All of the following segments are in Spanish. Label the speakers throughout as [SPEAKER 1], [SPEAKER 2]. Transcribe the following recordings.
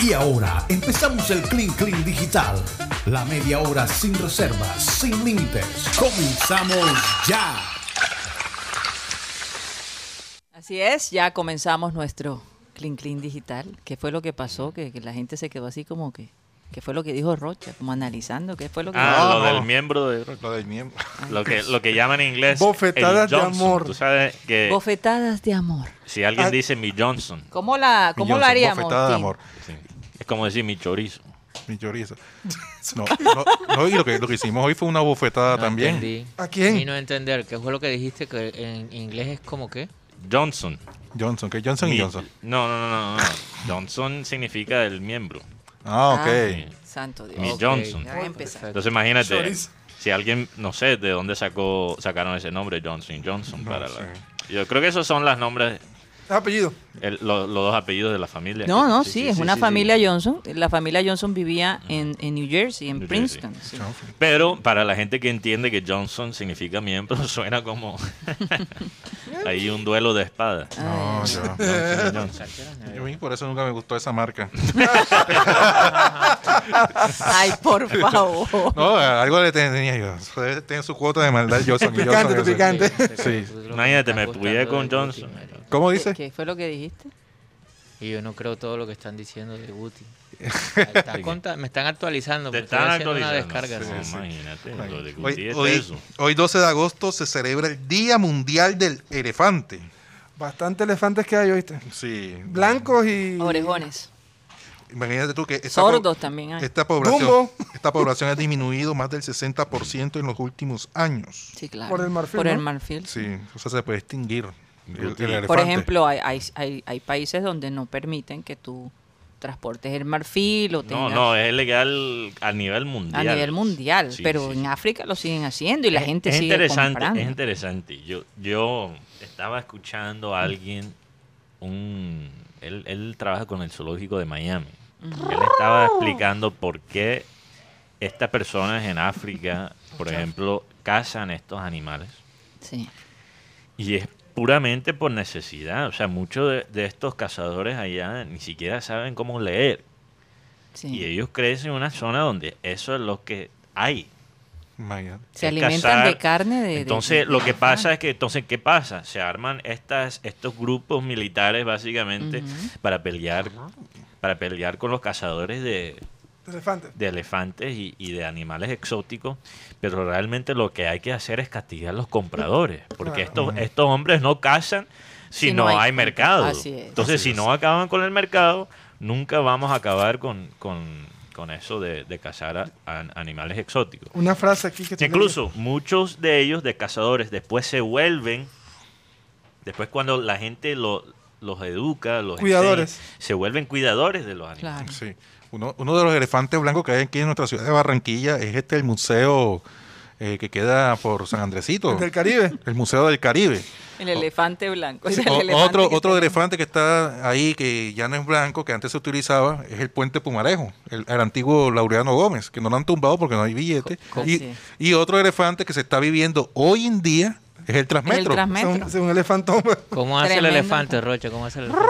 [SPEAKER 1] Y ahora empezamos el Clean Clean Digital. La media hora sin reservas, sin límites. Comenzamos ya.
[SPEAKER 2] Así es, ya comenzamos nuestro Clean Clean Digital. ¿Qué fue lo que pasó? Que, que la gente se quedó así como que. ¿Qué fue lo que dijo Rocha? Como analizando, ¿qué fue lo que
[SPEAKER 3] Ah,
[SPEAKER 2] dijo?
[SPEAKER 3] lo del miembro de Rock,
[SPEAKER 4] Lo em- del miembro.
[SPEAKER 3] lo que, lo que llaman en inglés.
[SPEAKER 5] Bofetadas
[SPEAKER 3] el
[SPEAKER 5] de
[SPEAKER 3] Johnson.
[SPEAKER 5] amor.
[SPEAKER 3] Tú sabes que
[SPEAKER 2] Bofetadas de amor.
[SPEAKER 3] si alguien
[SPEAKER 5] Ah.
[SPEAKER 3] dice mi Johnson,
[SPEAKER 2] ¿Cómo la, cómo
[SPEAKER 4] Johnson,
[SPEAKER 2] la haríamos?
[SPEAKER 4] Bofetada de
[SPEAKER 2] Tim?
[SPEAKER 4] amor.
[SPEAKER 3] es como decir mi chorizo.
[SPEAKER 4] Mi chorizo. No, no, no, y lo que, lo que hicimos hoy fue una bofetada
[SPEAKER 6] No
[SPEAKER 4] también.
[SPEAKER 6] entendí.
[SPEAKER 5] Ah, ¿A quién?
[SPEAKER 6] Y no entender. ¿Qué fue lo que dijiste que en inglés es como qué?
[SPEAKER 3] Johnson.
[SPEAKER 4] Johnson, que Johnson
[SPEAKER 3] Mi-
[SPEAKER 4] y Johnson.
[SPEAKER 3] No, no, no, no, no. Johnson significa el miembro.
[SPEAKER 4] Ah, ok.
[SPEAKER 3] Ah.
[SPEAKER 2] Santo Dios.
[SPEAKER 3] Mi
[SPEAKER 6] Ok.
[SPEAKER 3] Johnson.
[SPEAKER 2] Ya voy a empezar.
[SPEAKER 3] Entonces imagínate,
[SPEAKER 5] Chorizo.
[SPEAKER 3] si alguien, no sé de dónde sacó, sacaron ese nombre, Johnson Johnson. para la- Yo creo que esos son los nombres,
[SPEAKER 5] Apellido.
[SPEAKER 3] el- lo- los dos apellidos de la familia.
[SPEAKER 2] No, no, sí,
[SPEAKER 3] Sí,
[SPEAKER 2] es
[SPEAKER 3] sí,
[SPEAKER 2] una
[SPEAKER 3] sí,
[SPEAKER 2] familia Johnson. La familia Johnson vivía en, en New Jersey, en
[SPEAKER 3] New Jersey.
[SPEAKER 2] Princeton. sí.
[SPEAKER 3] Pero para la gente que entiende que Johnson significa miembro, suena como hay un duelo de espadas.
[SPEAKER 2] Ah.
[SPEAKER 4] No, yo,
[SPEAKER 3] Johnson Johnson.
[SPEAKER 4] yo a mí por eso nunca me gustó esa marca.
[SPEAKER 2] Ay, por favor.
[SPEAKER 4] No, algo le tenía yo. Eso Tiene su cuota de maldad Johnson y
[SPEAKER 5] Picante,
[SPEAKER 4] Johnson.
[SPEAKER 5] tu
[SPEAKER 4] eso.
[SPEAKER 5] picante.
[SPEAKER 4] Sí.
[SPEAKER 6] pues,
[SPEAKER 3] Imagínate, me pude con Johnson.
[SPEAKER 4] ¿Cómo
[SPEAKER 2] ¿Qué,
[SPEAKER 4] dice?
[SPEAKER 2] qué fue lo que dijiste?
[SPEAKER 6] Y yo no creo todo lo que están diciendo de Guti. Estás conta- me están actualizando.
[SPEAKER 3] Te
[SPEAKER 6] porque estoy
[SPEAKER 3] están
[SPEAKER 6] haciendo una
[SPEAKER 3] actualizando.
[SPEAKER 6] descarga.
[SPEAKER 3] Sí, Imagínate, lo de Guti
[SPEAKER 4] Hoy,
[SPEAKER 3] es
[SPEAKER 4] hoy-
[SPEAKER 3] eso.
[SPEAKER 4] hoy 12 de agosto se celebra el Día Mundial del Elefante.
[SPEAKER 5] Bastante elefantes que hay, ¿oíste?
[SPEAKER 4] Sí.
[SPEAKER 5] Blancos y.
[SPEAKER 2] Orejones.
[SPEAKER 4] Imagínate tú que esta,
[SPEAKER 2] Sordos
[SPEAKER 4] po-
[SPEAKER 2] también hay.
[SPEAKER 4] esta población,
[SPEAKER 5] Dumbo.
[SPEAKER 4] esta población ha disminuido más del 60% en los últimos años.
[SPEAKER 2] Sí, claro.
[SPEAKER 5] Por el marfil,
[SPEAKER 2] Por el
[SPEAKER 5] ¿no?
[SPEAKER 2] marfil.
[SPEAKER 4] Sí, o sea, se puede extinguir el- el elefante.
[SPEAKER 2] Por ejemplo, hay, hay, hay, hay países donde no permiten que tú transportes el marfil o
[SPEAKER 3] No,
[SPEAKER 2] tengas
[SPEAKER 3] no, es legal a nivel mundial.
[SPEAKER 2] a nivel mundial.
[SPEAKER 3] Sí,
[SPEAKER 2] pero
[SPEAKER 3] sí,
[SPEAKER 2] en África lo siguen haciendo y la gente
[SPEAKER 3] es
[SPEAKER 2] sigue
[SPEAKER 3] interesante,
[SPEAKER 2] comprando.
[SPEAKER 3] Es interesante. Yo, yo estaba escuchando a alguien, un, él, él trabaja con el zoológico de Miami. Él estaba explicando por qué estas personas en África, por ejemplo, cazan estos animales.
[SPEAKER 2] Sí.
[SPEAKER 3] Y es puramente por necesidad. O sea, muchos de, de estos cazadores allá ni siquiera saben cómo leer.
[SPEAKER 2] sí.
[SPEAKER 3] Y ellos crecen en una zona donde eso es lo que hay.
[SPEAKER 4] Imagínate.
[SPEAKER 2] Se
[SPEAKER 3] es
[SPEAKER 2] alimentan
[SPEAKER 3] cazar.
[SPEAKER 2] de carne. De, de-
[SPEAKER 3] Entonces,
[SPEAKER 2] de-
[SPEAKER 3] lo que pasa es que, entonces, ¿qué pasa? Se arman estas, estos grupos militares, básicamente, para pelear para pelear con los cazadores de,
[SPEAKER 5] Elefantes.
[SPEAKER 3] de elefantes y, y de animales exóticos, pero realmente lo que hay que hacer es castigar a los compradores, porque estos, estos hombres no cazan si, no, hay, mercado.
[SPEAKER 2] Así es.
[SPEAKER 3] Entonces, si no acaban con el mercado, nunca vamos a acabar con, con, con eso de, de cazar a- a animales exóticos.
[SPEAKER 5] Una frase aquí que tenía
[SPEAKER 3] Incluso muchos de ellos, de cazadores, después se vuelven, después cuando la gente lo- los educa, los enseña,
[SPEAKER 5] Cuidadores.
[SPEAKER 3] se vuelven cuidadores de los animales.
[SPEAKER 2] Claro.
[SPEAKER 4] Sí. Uno, uno de los elefantes blancos que hay aquí en nuestra ciudad de Barranquilla es este, el museo eh, que queda por San Andresito.
[SPEAKER 5] El del Caribe.
[SPEAKER 4] El Museo del Caribe.
[SPEAKER 2] El elefante blanco. o sea, el
[SPEAKER 4] O-
[SPEAKER 2] elefante
[SPEAKER 4] otro
[SPEAKER 2] que
[SPEAKER 4] otro
[SPEAKER 2] tenemos.
[SPEAKER 4] elefante que está ahí, que ya no es blanco, que antes se utilizaba, es el puente Pumarejo, el, el antiguo Laureano Gómez, que no lo han tumbado porque no hay billete.
[SPEAKER 2] Co- co-
[SPEAKER 4] Y,
[SPEAKER 2] Así es.
[SPEAKER 4] y otro elefante que se está viviendo hoy en día es
[SPEAKER 2] Es
[SPEAKER 4] el
[SPEAKER 2] El
[SPEAKER 4] Transmetro.
[SPEAKER 2] transmetro.
[SPEAKER 5] Un, un elefantón.
[SPEAKER 6] ¿Cómo hace
[SPEAKER 2] Tremendo.
[SPEAKER 6] el elefante, Rocha? ¿Cómo hace el elefante?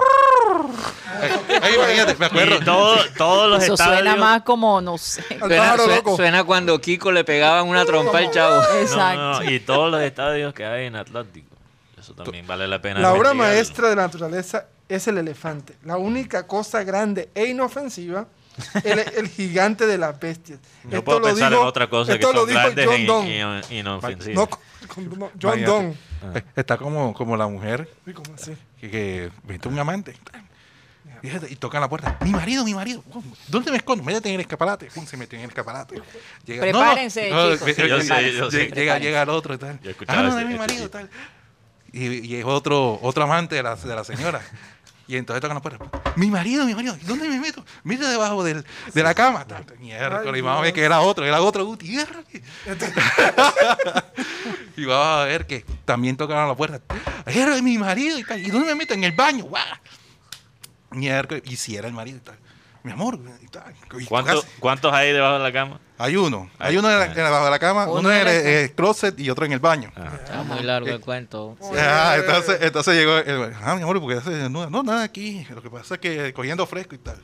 [SPEAKER 4] Eh, eh, imagínate, me acuerdo.
[SPEAKER 3] Y todo- todos los
[SPEAKER 2] Eso suena
[SPEAKER 3] estadios-
[SPEAKER 2] más como, no sé.
[SPEAKER 5] Al
[SPEAKER 6] Suena,
[SPEAKER 5] pájaro
[SPEAKER 6] sue-
[SPEAKER 5] loco.
[SPEAKER 6] suena cuando Kiko le pegaban una trompa al chavo.
[SPEAKER 3] no, no, no,
[SPEAKER 2] Exacto.
[SPEAKER 3] y todos los estadios que hay en Atlántico. Eso también vale la pena.
[SPEAKER 5] La obra
[SPEAKER 3] investigarlo.
[SPEAKER 5] maestra de la naturaleza es el elefante. La única cosa grande e inofensiva el, el gigante de las bestias.
[SPEAKER 3] No puedo pensar en otra cosa que
[SPEAKER 5] esto lo
[SPEAKER 3] son
[SPEAKER 5] dijo
[SPEAKER 3] grandes
[SPEAKER 5] John
[SPEAKER 3] y-
[SPEAKER 5] Donne.
[SPEAKER 3] y, inofensivas.
[SPEAKER 5] No, con- no, John
[SPEAKER 4] Imagínate.
[SPEAKER 5] Donne.
[SPEAKER 4] Eh, Está como, como la mujer
[SPEAKER 5] Uy, ¿cómo así?
[SPEAKER 4] que, que viste un amante. Fíjate, Y tocan la puerta. Mi marido, mi marido. ¿Dónde me escondo? Métete en el escaparate. Pum, Se metió en el escaparate. Llega- "No, no".
[SPEAKER 2] Prepárense, chicos.
[SPEAKER 3] Yo
[SPEAKER 4] ve-
[SPEAKER 3] sé, yo
[SPEAKER 4] llega-
[SPEAKER 3] sé.
[SPEAKER 4] Llega, llega el otro y tal.
[SPEAKER 3] Yo escuchaba
[SPEAKER 4] Ah, no,
[SPEAKER 3] ese-
[SPEAKER 4] es mi
[SPEAKER 3] ese
[SPEAKER 4] marido
[SPEAKER 3] chiste.
[SPEAKER 4] tal. Y, y es otro, otro amante de la, de la señora. Y entonces tocan la puerta. Mi marido, mi marido. ¿Dónde me meto? Mira debajo del, de la cama. Tal. Miércoles. Y vamos a ver que era otro. Era otro Guti. Miércoles. Y vamos a ver que también tocaron la puerta. Era mi marido y tal. ¿Y dónde me meto? En el baño. ¡Guau! Miércoles. Y si era el marido y tal. Mi amor. Y tal. Y
[SPEAKER 3] ¿Cuánto-
[SPEAKER 4] tocas-
[SPEAKER 3] ¿Cuántos hay debajo de la cama?
[SPEAKER 4] Hay uno. Hay uno en la- en la- bajo la cama,
[SPEAKER 2] Uno
[SPEAKER 4] uno,
[SPEAKER 2] en
[SPEAKER 4] en el,
[SPEAKER 2] la
[SPEAKER 4] eh, closet y otro en el baño.
[SPEAKER 6] Está muy largo el cuento.
[SPEAKER 4] Ah, entonces, entonces llegó el, ah, mi amor, porque se desnuda? No, nada aquí. Lo que pasa es que cogiendo fresco y tal.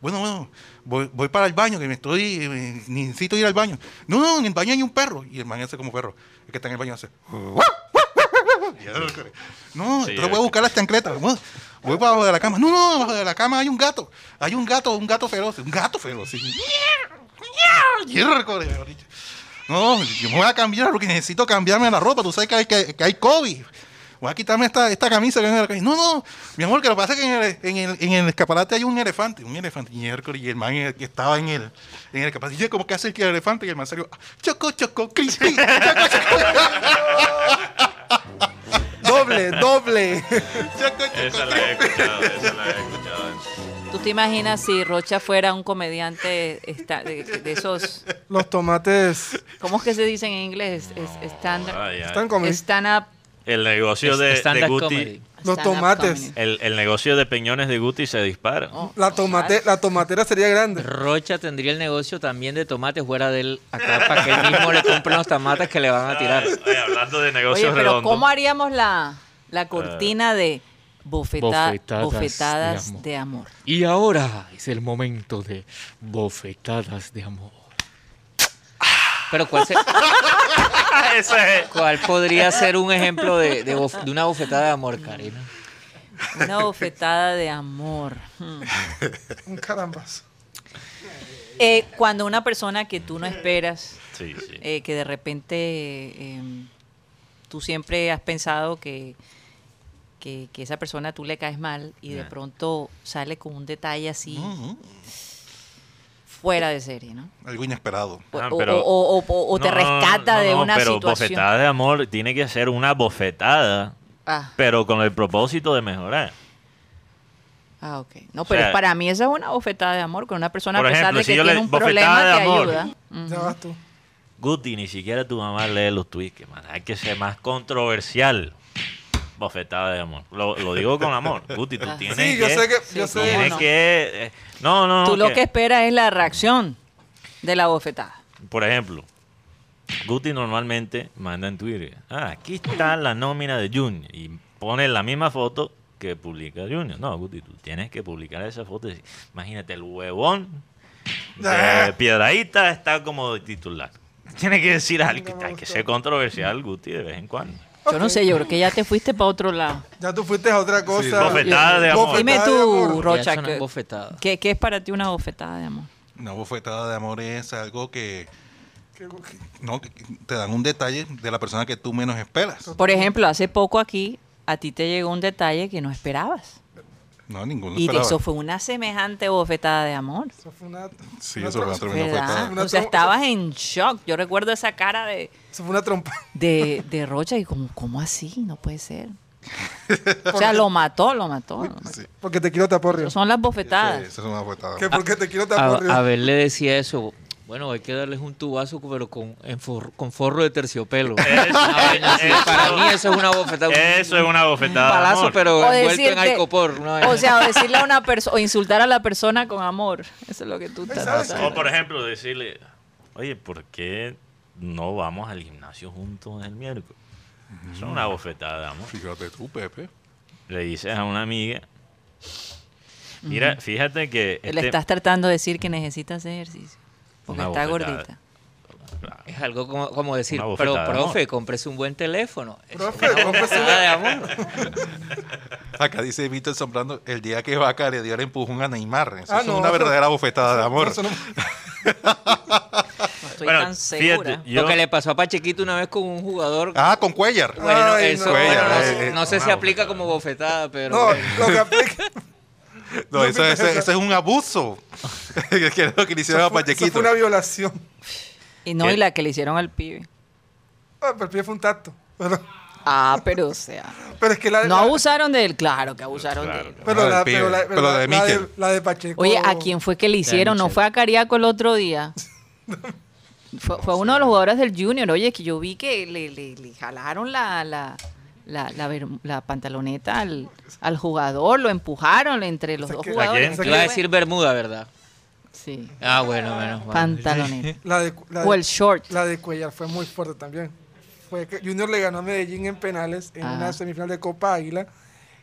[SPEAKER 4] bueno, bueno, voy, voy para el baño, que me estoy, me- necesito ir al baño. No, no, en el baño hay un perro. Y el man hace como perro. El que está en el baño hace. No,
[SPEAKER 3] Sí,
[SPEAKER 4] entonces voy a buscar las chancletas. Voy, voy para abajo de la cama. No, no, abajo de la cama hay un gato. Hay un gato, un gato feroz. Un gato feroz. sí. Miércoles, mejor dicho. No, yo me voy a cambiar porque necesito cambiarme la ropa. Tú sabes que hay, que, que hay COVID. Voy a quitarme esta, esta camisa que hay en la calle. No, no, mi amor, que lo que pasa es que en el, en el- en el escaparate hay un elefante. Un elefante. Miércoles, y el man el que estaba en el, en el escaparate. Y yo, como que hace el que el elefante? Y el man salió. "Ah, Choco, choco, cris, cris, choco,
[SPEAKER 5] Doble, doble.
[SPEAKER 4] choco, choco,
[SPEAKER 3] Esa la he escuchado, esa la he escuchado.
[SPEAKER 2] ¿Tú te imaginas si Rocha fuera un comediante esta- de, de esos...
[SPEAKER 5] Los tomates
[SPEAKER 2] ¿Cómo es que se dice en inglés? Es, es stand-
[SPEAKER 3] Ay, ay.
[SPEAKER 5] están como...
[SPEAKER 2] stand-up...
[SPEAKER 3] Ah, El negocio
[SPEAKER 6] Es-
[SPEAKER 3] de, de
[SPEAKER 6] stand-up
[SPEAKER 3] Guti,
[SPEAKER 6] comedy.
[SPEAKER 5] Los
[SPEAKER 2] stand-up
[SPEAKER 5] tomates.
[SPEAKER 2] comedy.
[SPEAKER 3] el, el negocio de peñones de Guti se dispara.
[SPEAKER 2] Oh,
[SPEAKER 5] La, tomate, la tomatera sería grande.
[SPEAKER 6] Rocha tendría el negocio también de tomates fuera de él acá para que él mismo le compre los tomates que le van a tirar.
[SPEAKER 3] Oye, hablando de
[SPEAKER 2] Oye,
[SPEAKER 3] negocios
[SPEAKER 2] pero
[SPEAKER 3] redondos.
[SPEAKER 2] ¿cómo haríamos la, la cortina de bofeta-
[SPEAKER 7] Bofetadas
[SPEAKER 2] bofetadas
[SPEAKER 7] de amor.
[SPEAKER 2] de amor?
[SPEAKER 7] Y ahora es el momento de bofetadas de amor.
[SPEAKER 6] Pero ¿cuál, se-
[SPEAKER 3] Ese es-
[SPEAKER 6] cuál podría ser un ejemplo de, de bof- de una bofetada de amor, Karina?
[SPEAKER 2] Una bofetada de amor. Hmm.
[SPEAKER 5] Un carambas.
[SPEAKER 2] Eh, cuando una persona que tú no esperas,
[SPEAKER 3] Sí, sí.
[SPEAKER 2] eh, que de repente eh, tú siempre has pensado que, que, que esa persona tú le caes mal y de
[SPEAKER 3] Ah.
[SPEAKER 2] pronto sale con un detalle así
[SPEAKER 4] Ujú.
[SPEAKER 2] fuera de serie, ¿no?
[SPEAKER 4] Algo inesperado.
[SPEAKER 2] O,
[SPEAKER 3] Ah,
[SPEAKER 2] Pues, o-
[SPEAKER 3] pero-
[SPEAKER 2] o- o- o- o te
[SPEAKER 3] No, no, no,
[SPEAKER 2] rescata
[SPEAKER 3] no,
[SPEAKER 2] de
[SPEAKER 3] no,
[SPEAKER 2] una
[SPEAKER 3] pero
[SPEAKER 2] situación.
[SPEAKER 3] bofetada de amor tiene que ser una bofetada,
[SPEAKER 2] Ah,
[SPEAKER 3] pero con el propósito de mejorar.
[SPEAKER 2] ah, ok. No, pero
[SPEAKER 3] sea,
[SPEAKER 2] para mí esa es una bofetada de amor con una persona a
[SPEAKER 3] por
[SPEAKER 2] pesar
[SPEAKER 3] ejemplo,
[SPEAKER 2] de
[SPEAKER 3] si
[SPEAKER 2] que
[SPEAKER 3] yo le-
[SPEAKER 2] tiene un
[SPEAKER 3] bofetada
[SPEAKER 2] problema
[SPEAKER 3] de
[SPEAKER 2] te
[SPEAKER 3] amor.
[SPEAKER 2] ayuda.
[SPEAKER 5] Ya vas tú.
[SPEAKER 3] Guti, ni siquiera tu mamá lee los tweets, que, man, hay que ser más controversial. Bofetada de amor. Lo, lo digo con amor. Guti, tú
[SPEAKER 2] Ah.
[SPEAKER 3] tienes
[SPEAKER 5] Sí, yo
[SPEAKER 3] que...
[SPEAKER 5] sé que... Yo
[SPEAKER 2] Sí,
[SPEAKER 5] sé,
[SPEAKER 3] tienes
[SPEAKER 2] no.
[SPEAKER 3] que... eh, no, no, no,
[SPEAKER 2] Tú lo
[SPEAKER 3] que-
[SPEAKER 2] que esperas es la reacción de la bofetada.
[SPEAKER 3] Por ejemplo, Guti normalmente manda en Twitter, ah, aquí está la nómina de Junior y pone la misma foto que publica Junior. No, Guti, tú tienes que publicar esa foto. y decir, Imagínate, el huevón de Piedradita está como de titular. Tiene que decir algo, que hay que ser controversial, Guti, de vez en cuando.
[SPEAKER 2] Yo no sé, yo creo que ya te fuiste para otro lado.
[SPEAKER 5] Ya tú fuiste a otra cosa.
[SPEAKER 3] bofetada de amor.
[SPEAKER 2] Dime
[SPEAKER 5] Bofetada de
[SPEAKER 2] tú,
[SPEAKER 5] amor.
[SPEAKER 6] Ya
[SPEAKER 2] Rocha,
[SPEAKER 6] eso no es
[SPEAKER 2] ¿qué-
[SPEAKER 6] bofetada.
[SPEAKER 2] ¿qué, qué es para ti una bofetada de amor?
[SPEAKER 4] Una bofetada de amor es algo que, no, que te dan un detalle de la persona que tú menos esperas.
[SPEAKER 2] Por ejemplo, hace poco aquí a ti te llegó un detalle que no esperabas.
[SPEAKER 4] No, ninguno
[SPEAKER 2] y de
[SPEAKER 4] esperaba.
[SPEAKER 2] eso fue una semejante bofetada de amor.
[SPEAKER 5] Eso fue una,
[SPEAKER 4] Sí,
[SPEAKER 5] una
[SPEAKER 4] eso fue una
[SPEAKER 5] trom-
[SPEAKER 4] tremenda
[SPEAKER 2] ¿Verdad?
[SPEAKER 4] bofetada.
[SPEAKER 5] Una
[SPEAKER 2] O sea,
[SPEAKER 5] trom-
[SPEAKER 2] estabas en shock. Yo recuerdo esa cara de,
[SPEAKER 5] Eso fue una trompa.
[SPEAKER 2] de, de Rocha y como, ¿cómo así? No puede ser. O sea, lo mató, lo mató. lo mató.
[SPEAKER 4] Sí,
[SPEAKER 5] Porque te quiero tapar río.
[SPEAKER 2] Pero Son las
[SPEAKER 4] esa
[SPEAKER 2] bofetadas.
[SPEAKER 4] es una bofetada. Ah,
[SPEAKER 5] Que porque te quiero
[SPEAKER 6] A,
[SPEAKER 5] tapar río.
[SPEAKER 6] a ver, le decía eso. Bueno, hay que darles un tubazo, pero con, en for- con forro de terciopelo. Una vaina así.
[SPEAKER 3] eso-
[SPEAKER 6] Para mí eso es una bofetada. un-
[SPEAKER 3] Eso es una bofetada.
[SPEAKER 6] un
[SPEAKER 3] de
[SPEAKER 6] palazo,
[SPEAKER 3] amor.
[SPEAKER 6] pero
[SPEAKER 2] O
[SPEAKER 6] envuelto en
[SPEAKER 2] decirte-
[SPEAKER 6] alcopor. una vaina
[SPEAKER 2] O sea, o decirle a una persona, o insultar a la persona con amor. Eso es lo que tú estás
[SPEAKER 5] Exacto.
[SPEAKER 2] tratando.
[SPEAKER 3] O por ejemplo, decirle, oye, ¿por qué no vamos al gimnasio juntos el miércoles? Eso es una bofetada de amor.
[SPEAKER 4] Fíjate tú, Pepe.
[SPEAKER 3] Le dices a una amiga, mira, fíjate que...
[SPEAKER 2] Le
[SPEAKER 3] este-
[SPEAKER 2] estás tratando de decir que necesitas ejercicio. Porque
[SPEAKER 3] Una
[SPEAKER 2] está
[SPEAKER 3] bofetada.
[SPEAKER 2] gordita.
[SPEAKER 6] Es algo como, como decir,
[SPEAKER 3] Una
[SPEAKER 6] pero
[SPEAKER 3] bofetada de
[SPEAKER 6] profe, cómprese un buen teléfono. Es
[SPEAKER 5] Profe,
[SPEAKER 6] una
[SPEAKER 5] cómprese
[SPEAKER 6] bofetada de amor.
[SPEAKER 4] Acá dice Víctor Zambrano, el día que Vaca le dio el empujón a Neymar. Eso
[SPEAKER 5] Ah,
[SPEAKER 4] es
[SPEAKER 5] no,
[SPEAKER 4] una
[SPEAKER 5] eso-
[SPEAKER 4] verdadera bofetada de amor.
[SPEAKER 5] Eso no-
[SPEAKER 2] No estoy
[SPEAKER 3] Bueno,
[SPEAKER 2] tan
[SPEAKER 3] fíjate,
[SPEAKER 2] segura.
[SPEAKER 3] yo-
[SPEAKER 6] Lo que le pasó a Pachequito una vez con un jugador.
[SPEAKER 4] Ah, con Cuellar.
[SPEAKER 6] bueno,
[SPEAKER 5] Ay,
[SPEAKER 6] eso
[SPEAKER 5] no.
[SPEAKER 6] bueno,
[SPEAKER 4] Bueno,
[SPEAKER 6] no,
[SPEAKER 4] eh,
[SPEAKER 6] sé-
[SPEAKER 4] eh,
[SPEAKER 6] no sé si
[SPEAKER 3] una
[SPEAKER 6] aplica
[SPEAKER 3] bofetada.
[SPEAKER 6] como bofetada, pero
[SPEAKER 5] No,
[SPEAKER 6] bueno.
[SPEAKER 5] lo que aplica.
[SPEAKER 4] No, eso,
[SPEAKER 5] no,
[SPEAKER 4] eso- eso es un abuso. que es lo que le hicieron
[SPEAKER 5] Eso
[SPEAKER 4] a
[SPEAKER 5] fue, eso
[SPEAKER 4] Pachequito.
[SPEAKER 5] fue una violación.
[SPEAKER 2] Y no,
[SPEAKER 3] ¿Qué?
[SPEAKER 2] y la que le hicieron al pibe.
[SPEAKER 5] Ah, pero el pie fue un tacto. Pero,
[SPEAKER 2] Ah, pero o sea.
[SPEAKER 5] pero es que la.
[SPEAKER 2] No
[SPEAKER 5] la-
[SPEAKER 2] abusaron de él, claro que abusaron
[SPEAKER 3] Claro.
[SPEAKER 2] de él.
[SPEAKER 5] Pero
[SPEAKER 4] No,
[SPEAKER 5] la,
[SPEAKER 4] del pibe,
[SPEAKER 5] pero la,
[SPEAKER 4] pero la de
[SPEAKER 5] la de,
[SPEAKER 4] Mikel.
[SPEAKER 5] la de Pacheco.
[SPEAKER 2] Oye, ¿a quién fue que le hicieron? ¿No
[SPEAKER 6] Michel.
[SPEAKER 2] fue a Cariaco el otro día? Fue, fue uno de los jugadores del Junior. Oye, que yo vi que le, le- le jalaron la, la, la, la ver- la pantaloneta al, al jugador, lo empujaron entre los
[SPEAKER 5] O sea,
[SPEAKER 2] dos
[SPEAKER 5] que-
[SPEAKER 3] ¿A
[SPEAKER 2] jugadores.
[SPEAKER 3] quién?
[SPEAKER 6] iba a decir Bermuda, ¿verdad?
[SPEAKER 2] Sí,
[SPEAKER 6] Ah, bueno, menos mal.
[SPEAKER 2] pantaloneta.
[SPEAKER 5] La de, la de-
[SPEAKER 2] O el short.
[SPEAKER 5] La de Cuellar fue muy fuerte también. Fue que Junior le ganó a Medellín en penales en
[SPEAKER 2] Ah.
[SPEAKER 5] una semifinal de Copa Águila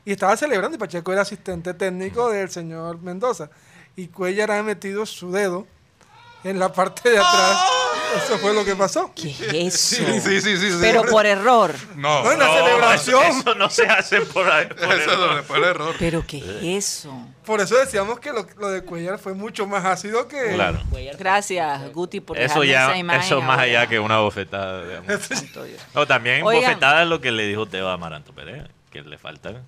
[SPEAKER 5] y estaba celebrando y Pacheco era asistente técnico del señor Mendoza. y Cuellar ha metido su dedo en la parte de atrás. Eso fue lo que pasó.
[SPEAKER 2] ¿Qué es eso?
[SPEAKER 4] Sí, sí, sí, sí, sí.
[SPEAKER 2] Pero por error.
[SPEAKER 4] No,
[SPEAKER 5] Bueno,
[SPEAKER 4] no,
[SPEAKER 5] se le- celebración.
[SPEAKER 3] Eso, eso no se hace por ahí. por
[SPEAKER 4] eso
[SPEAKER 3] error.
[SPEAKER 4] no, fue el error.
[SPEAKER 2] ¿Pero qué es eso?
[SPEAKER 5] Por eso decíamos que lo, lo de Cuellar fue mucho más ácido que...
[SPEAKER 3] Claro.
[SPEAKER 2] Gracias, Guti, por
[SPEAKER 3] Eso
[SPEAKER 2] dejarme
[SPEAKER 3] ya,
[SPEAKER 2] esa imagen
[SPEAKER 3] eso más
[SPEAKER 2] ahora.
[SPEAKER 3] allá que una bofetada. digamos.
[SPEAKER 2] Santo Dios.
[SPEAKER 3] No, también
[SPEAKER 2] Oigan.
[SPEAKER 3] bofetada es lo que le dijo Teo a Amaranto Pérez, que le faltan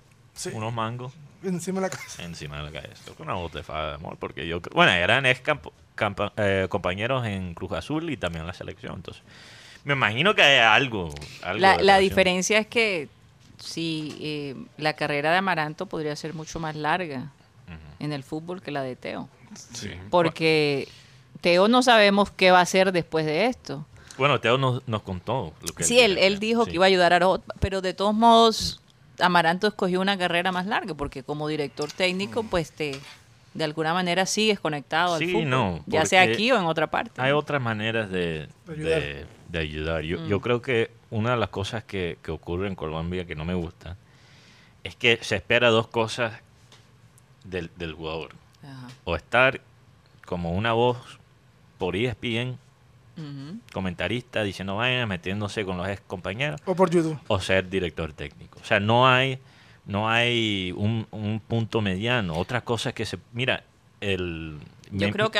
[SPEAKER 3] unos mangos
[SPEAKER 5] Encima de la cabeza.
[SPEAKER 3] encima de la cabeza. Creo que una bofetada de amor, porque yo creo- Bueno, eran ex campo- campa- eh, compañeros en Cruz Azul y también en la selección, entonces... Me imagino que hay algo. algo
[SPEAKER 2] La,
[SPEAKER 3] de
[SPEAKER 2] la
[SPEAKER 3] relación.
[SPEAKER 2] diferencia es que sí, eh, la carrera de Amaranto podría ser mucho más larga en el fútbol que la de Teo. Porque Teo no sabemos qué va a hacer después de esto.
[SPEAKER 3] Bueno, Teo nos, nos contó. Lo que
[SPEAKER 2] Sí, él,
[SPEAKER 3] quería
[SPEAKER 2] él
[SPEAKER 3] hacer,
[SPEAKER 2] dijo
[SPEAKER 3] sí.
[SPEAKER 2] que iba a ayudar a Arot, pero de todos modos, Amaranto escogió una carrera más larga porque como director técnico, pues te... De alguna manera sigues conectado al
[SPEAKER 3] Mm. Sí,
[SPEAKER 2] fútbol,
[SPEAKER 3] no,
[SPEAKER 2] ya sea
[SPEAKER 3] porque
[SPEAKER 2] aquí o en otra parte.
[SPEAKER 3] Hay otras maneras de,
[SPEAKER 5] De ayudar.
[SPEAKER 3] de- de ayudar. Yo,
[SPEAKER 2] Mm.
[SPEAKER 3] yo creo que una de las cosas que, que ocurre en Colombia que no me gusta es que se espera dos cosas del, del jugador.
[SPEAKER 2] Ajá.
[SPEAKER 3] O estar como una voz por E ESPN,
[SPEAKER 2] Ujú.
[SPEAKER 3] comentarista, diciendo vainas, metiéndose con los ex compañeros,
[SPEAKER 5] O por YouTube.
[SPEAKER 3] o ser director técnico. O sea, no hay, no hay un, un punto mediano. Otras cosas que se... Mira, el...
[SPEAKER 2] Yo
[SPEAKER 3] me-
[SPEAKER 2] creo que...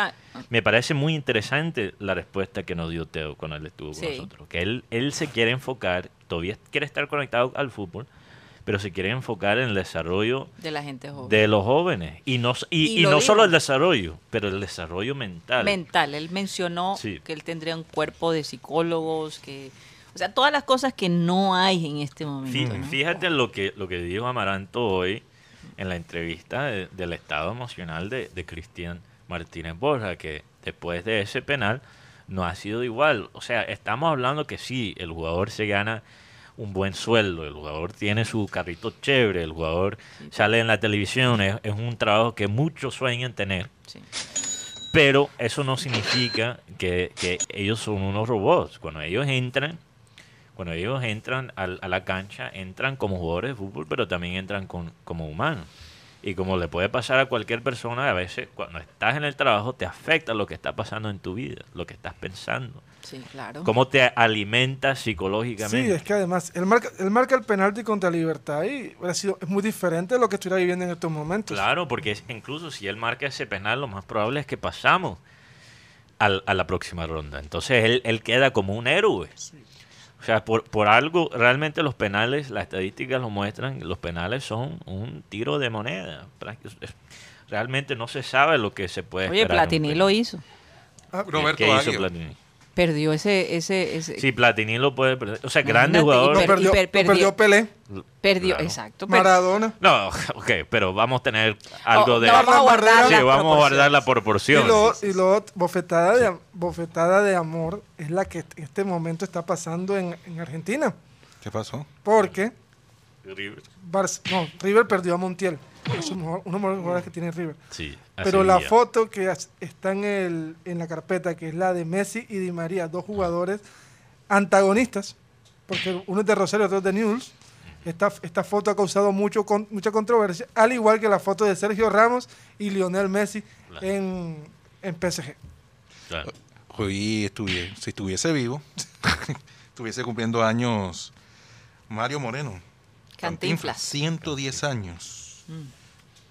[SPEAKER 3] me parece muy interesante la respuesta que nos dio Teo cuando él estuvo con
[SPEAKER 2] Sí.
[SPEAKER 3] nosotros. Que él, él se quiere enfocar, todavía quiere estar conectado al fútbol, pero se quiere enfocar en el desarrollo
[SPEAKER 2] De la gente joven.
[SPEAKER 3] de los jóvenes. Y no, s- y,
[SPEAKER 2] Y
[SPEAKER 3] y
[SPEAKER 2] lo
[SPEAKER 3] no
[SPEAKER 2] dijo.
[SPEAKER 3] solo el desarrollo, pero el desarrollo mental.
[SPEAKER 2] mental. Él mencionó
[SPEAKER 3] Sí.
[SPEAKER 2] que él tendría un cuerpo de psicólogos, que, o sea, todas las cosas que no hay en este
[SPEAKER 3] Fí-
[SPEAKER 2] momento. ¿no?
[SPEAKER 3] Fíjate lo que, lo que dijo Amaranto hoy en la entrevista de- del estado emocional de, de Cristian Martínez Borja, que después de ese penal no ha sido igual. O sea, estamos hablando que sí, el jugador se gana un buen sueldo, el jugador tiene su carrito chévere, el jugador sale en la televisión, es, es un trabajo que muchos sueñan tener,
[SPEAKER 2] Sí.
[SPEAKER 3] pero eso no significa que, que ellos son unos robots. Cuando ellos entran, cuando ellos entran al- a la cancha, entran como jugadores de fútbol, pero también entran con- como humanos. Y como le puede pasar a cualquier persona, a veces cuando estás en el trabajo te afecta lo que está pasando en tu vida, lo que estás pensando,
[SPEAKER 2] Sí, claro.
[SPEAKER 3] cómo te alimentas
[SPEAKER 5] Sí,
[SPEAKER 3] psicológicamente.
[SPEAKER 5] es que además, él marca, él marca el penalti contra Libertad y hubiera sido, es muy diferente de lo que estuviera viviendo en estos momentos.
[SPEAKER 3] Claro, porque es- incluso si él marca ese penal, lo más probable es que pasamos al- a la próxima ronda. Entonces él, él queda como un héroe. O sea, por, por algo, realmente los penales, las estadísticas lo muestran, los penales son un tiro de moneda. Prácti- es- Realmente no se sabe lo que se puede
[SPEAKER 2] Oye,
[SPEAKER 3] esperar de un
[SPEAKER 2] Platini
[SPEAKER 3] penal.
[SPEAKER 2] lo hizo.
[SPEAKER 4] Roberto
[SPEAKER 3] ¿Qué hizo
[SPEAKER 4] Baggio.
[SPEAKER 3] Platini?
[SPEAKER 2] Perdió ese... ese, ese
[SPEAKER 3] Sí, Platini lo puede perder. O sea,
[SPEAKER 2] Imagínate,
[SPEAKER 3] grande
[SPEAKER 2] y
[SPEAKER 5] Lo
[SPEAKER 3] jugador.
[SPEAKER 2] per-
[SPEAKER 5] perdió,
[SPEAKER 2] per-
[SPEAKER 5] lo
[SPEAKER 2] perdió.
[SPEAKER 5] perdió Pelé,
[SPEAKER 2] perdió,
[SPEAKER 3] Claro.
[SPEAKER 2] exacto. per-
[SPEAKER 5] Maradona.
[SPEAKER 3] No, ok, pero vamos a tener algo
[SPEAKER 2] Oh,
[SPEAKER 3] de...
[SPEAKER 2] no, vamos a guardar
[SPEAKER 3] Sí,
[SPEAKER 2] las
[SPEAKER 3] vamos a guardar la
[SPEAKER 5] Y
[SPEAKER 3] proporción.
[SPEAKER 5] lo, y lo ot- bofetada, de, am- bofetada de amor es la que en este momento está pasando en, en Argentina.
[SPEAKER 4] ¿Qué pasó?
[SPEAKER 5] Porque Barce- no, River perdió a Montiel. Es un mejor- uno de los jugadores que tiene River.
[SPEAKER 3] Sí, a
[SPEAKER 5] Pero la
[SPEAKER 3] Sevilla.
[SPEAKER 5] foto que as- está en, el, en la carpeta, que es la de Messi y Di María, dos jugadores antagonistas, porque uno es de Rosario, otro es de News. Esta, esta foto ha causado mucho con- mucha controversia, al igual que la foto de Sergio Ramos y Lionel Messi
[SPEAKER 3] Claro.
[SPEAKER 5] en, en PSG.
[SPEAKER 3] Claro.
[SPEAKER 4] Hoy estuvié, si estuviese vivo, estuviese cumpliendo años Mario Moreno.
[SPEAKER 2] Cantinflas. Mm.
[SPEAKER 4] 110 años.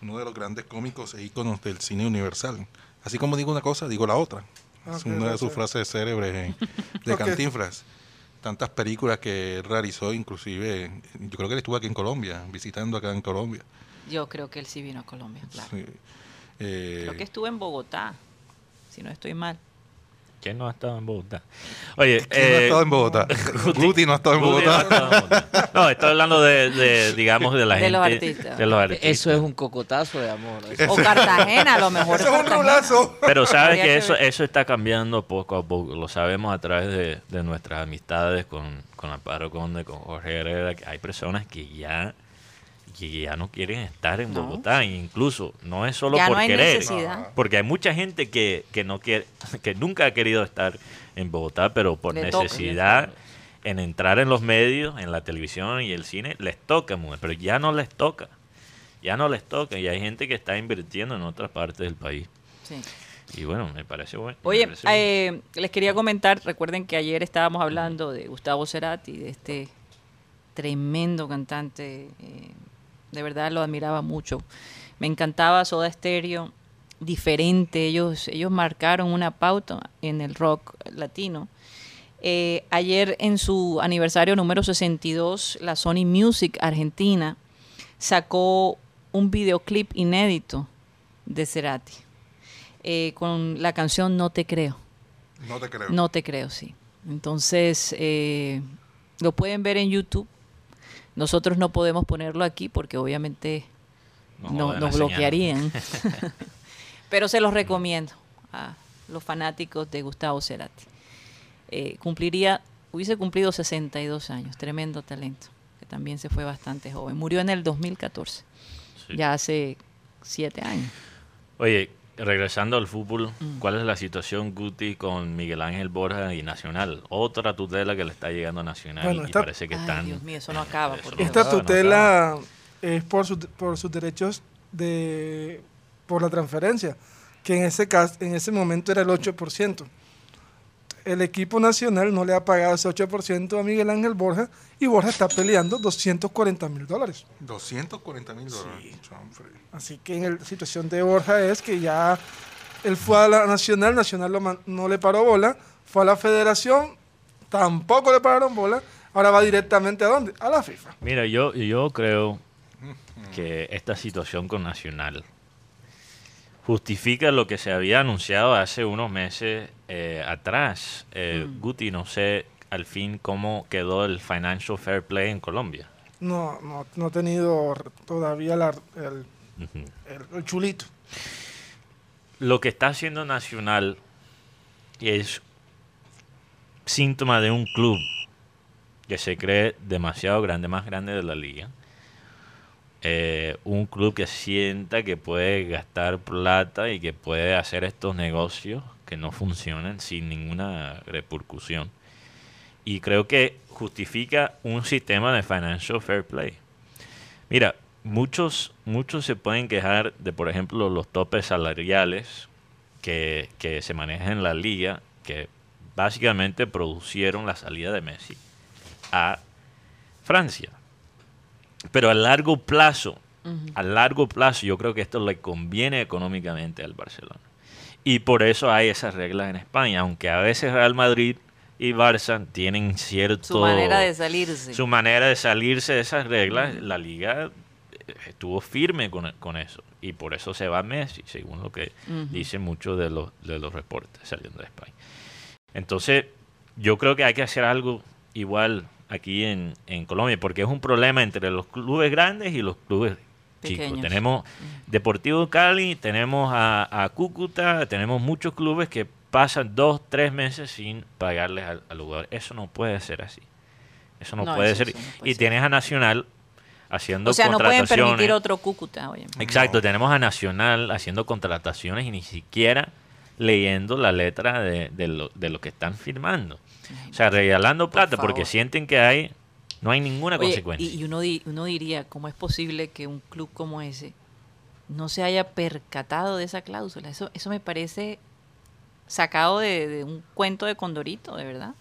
[SPEAKER 4] Uno de los grandes cómicos e íconos del cine universal. Así como digo una cosa, digo la otra.
[SPEAKER 5] Ah,
[SPEAKER 4] Es
[SPEAKER 5] ok,
[SPEAKER 4] una de sus
[SPEAKER 5] ok.
[SPEAKER 4] frases célebres eh, de
[SPEAKER 5] Ok.
[SPEAKER 4] Cantinflas. Tantas películas que él realizó, inclusive, yo creo que él estuvo aquí en Colombia, visitando acá en Colombia.
[SPEAKER 2] Yo creo que él sí vino a Colombia, claro.
[SPEAKER 4] Sí. Eh,
[SPEAKER 2] Creo que estuvo en Bogotá, si no estoy mal.
[SPEAKER 3] ¿Quién no ha estado en Bogotá? Oye,
[SPEAKER 4] ¿Quién no ha
[SPEAKER 3] eh,
[SPEAKER 4] estado en Bogotá? Guti no ha estado en
[SPEAKER 3] Guti no ha
[SPEAKER 4] Bogotá.
[SPEAKER 3] estado en Bogotá. No, estoy hablando de, de, digamos, de la
[SPEAKER 2] De
[SPEAKER 3] gente.
[SPEAKER 2] los artistas.
[SPEAKER 3] De los artistas.
[SPEAKER 6] Eso es un cocotazo de amor. eso.
[SPEAKER 2] O Cartagena, a lo mejor.
[SPEAKER 5] Eso es un
[SPEAKER 2] Cartagena.
[SPEAKER 5] rulazo.
[SPEAKER 3] Pero sabes
[SPEAKER 2] Habría
[SPEAKER 3] que
[SPEAKER 2] que
[SPEAKER 3] eso,
[SPEAKER 2] ver.
[SPEAKER 3] eso está cambiando poco a poco. Lo sabemos a través de, de nuestras amistades con, con Amparo Conde, con Jorge Herrera. que Hay personas que ya que ya no quieren estar en
[SPEAKER 2] No.
[SPEAKER 3] Bogotá. E incluso no es solo
[SPEAKER 2] Ya
[SPEAKER 3] por
[SPEAKER 2] no hay
[SPEAKER 3] querer.
[SPEAKER 2] necesidad.
[SPEAKER 3] Porque hay mucha gente que, que no quiere, que nunca ha querido estar en Bogotá, pero por
[SPEAKER 2] Le toca.
[SPEAKER 3] necesidad en entrar en los medios, en la televisión y el cine, les toca, mujer, pero ya no les toca. Ya no les toca y hay gente que está invirtiendo en otras partes del país.
[SPEAKER 2] Sí.
[SPEAKER 3] Y bueno, me pareció bueno. me
[SPEAKER 2] Oye,
[SPEAKER 3] pareció
[SPEAKER 2] eh, les quería comentar, recuerden que ayer estábamos hablando de Gustavo Cerati, de este tremendo cantante, eh, de verdad lo admiraba mucho. Me encantaba Soda Stereo, diferente, ellos, ellos marcaron una pauta en el rock latino. Eh, ayer en su aniversario número 62, la Sony Music Argentina sacó un videoclip inédito de Cerati eh, con la canción No te creo.
[SPEAKER 4] No te creo.
[SPEAKER 2] No te creo, sí. Entonces, eh, lo pueden ver en YouTube. Nosotros no podemos ponerlo aquí porque obviamente
[SPEAKER 3] Nos
[SPEAKER 2] no-
[SPEAKER 3] joden la
[SPEAKER 2] nos
[SPEAKER 3] señal.
[SPEAKER 2] bloquearían. Pero se los recomiendo a los fanáticos de Gustavo Cerati. Eh, cumpliría, hubiese cumplido 62 años, tremendo talento, que también se fue bastante joven. Murió en el 2014,
[SPEAKER 3] sí.
[SPEAKER 2] ya hace siete años.
[SPEAKER 3] Oye, regresando al fútbol,
[SPEAKER 2] Mm.
[SPEAKER 3] ¿cuál es la situación Guti con Miguel Ángel Borja y Nacional? Otra tutela que le está llegando a Nacional
[SPEAKER 5] Bueno,
[SPEAKER 3] y
[SPEAKER 5] está-
[SPEAKER 3] parece que
[SPEAKER 2] Ay,
[SPEAKER 3] están.
[SPEAKER 2] Dios mío, eso no acaba, por Dios.
[SPEAKER 5] Esta
[SPEAKER 3] no acaba, no acaba.
[SPEAKER 5] tutela es por, su- por sus derechos de por la transferencia, que en ese caso, en ese momento era el 8%. El equipo nacional no le ha pagado ese 8% a Miguel Ángel Borja y Borja está peleando 240 mil dólares.
[SPEAKER 4] 240 mil dólares. Chanfre.
[SPEAKER 5] Así que en el- la situación de Borja es que ya él fue a la Nacional, Nacional lo man- no le paró bola, fue a la Federación, tampoco le pararon bola, ahora va directamente a dónde? A la FIFA.
[SPEAKER 3] Mira, yo, yo creo
[SPEAKER 5] Mm.
[SPEAKER 3] que esta situación con Nacional justifica lo que se había anunciado hace unos meses eh, atrás. Eh,
[SPEAKER 2] Mm.
[SPEAKER 3] Guti, no sé al fin cómo quedó el Financial Fair Play en Colombia.
[SPEAKER 5] No, no, no ha tenido r- todavía la- el,
[SPEAKER 3] Ujú.
[SPEAKER 5] el- el chulito.
[SPEAKER 3] lo que está haciendo Nacional es síntoma de un club que se cree demasiado grande, más grande de la liga. Eh, un club que sienta que puede gastar plata y que puede hacer estos negocios que no funcionan sin ninguna repercusión. Y creo que justifica un sistema de financial fair play. Mira, muchos, muchos se pueden quejar de, por ejemplo, los topes salariales que, que se manejan en la liga, que básicamente producieron la salida de Messi a Francia. Pero a largo plazo, a largo plazo, yo creo que esto le conviene económicamente al Barcelona. Y por eso hay esas reglas en España, aunque a veces Real Madrid y Barça tienen cierto
[SPEAKER 2] Su manera de salirse.
[SPEAKER 3] su manera de salirse de esas reglas, la liga eh, estuvo firme con, con eso. Y por eso se va Messi, según lo que dicen muchos de los, de los reportes saliendo de España. Entonces, yo creo que hay que hacer algo igual aquí en, en Colombia, porque es un problema entre los clubes grandes y los clubes chicos.
[SPEAKER 2] Pequeños.
[SPEAKER 3] Tenemos Deportivo Cali, tenemos a, a Cúcuta, tenemos muchos clubes que pasan dos, tres meses sin pagarles al, al jugador. Eso no puede ser así. Eso no,
[SPEAKER 2] No,
[SPEAKER 3] puede
[SPEAKER 2] eso-
[SPEAKER 3] ser.
[SPEAKER 2] eso no puede
[SPEAKER 3] y
[SPEAKER 2] ser.
[SPEAKER 3] tienes a Nacional haciendo
[SPEAKER 2] O sea, no pueden
[SPEAKER 3] contrataciones.
[SPEAKER 2] permitir otro Cúcuta, oye.
[SPEAKER 3] Exacto,
[SPEAKER 4] No.
[SPEAKER 3] tenemos a Nacional haciendo contrataciones y ni siquiera leyendo la letra de, de lo, de lo que están firmando. O sea, regalando plata porque
[SPEAKER 2] favor.
[SPEAKER 3] sienten que hay no hay ninguna
[SPEAKER 2] Oye,
[SPEAKER 3] consecuencia.
[SPEAKER 2] Y, y uno, di- uno diría, ¿cómo es posible que un club como ese no se haya percatado de esa cláusula? Eso, eso me parece sacado de, de un cuento de Condorito, de verdad.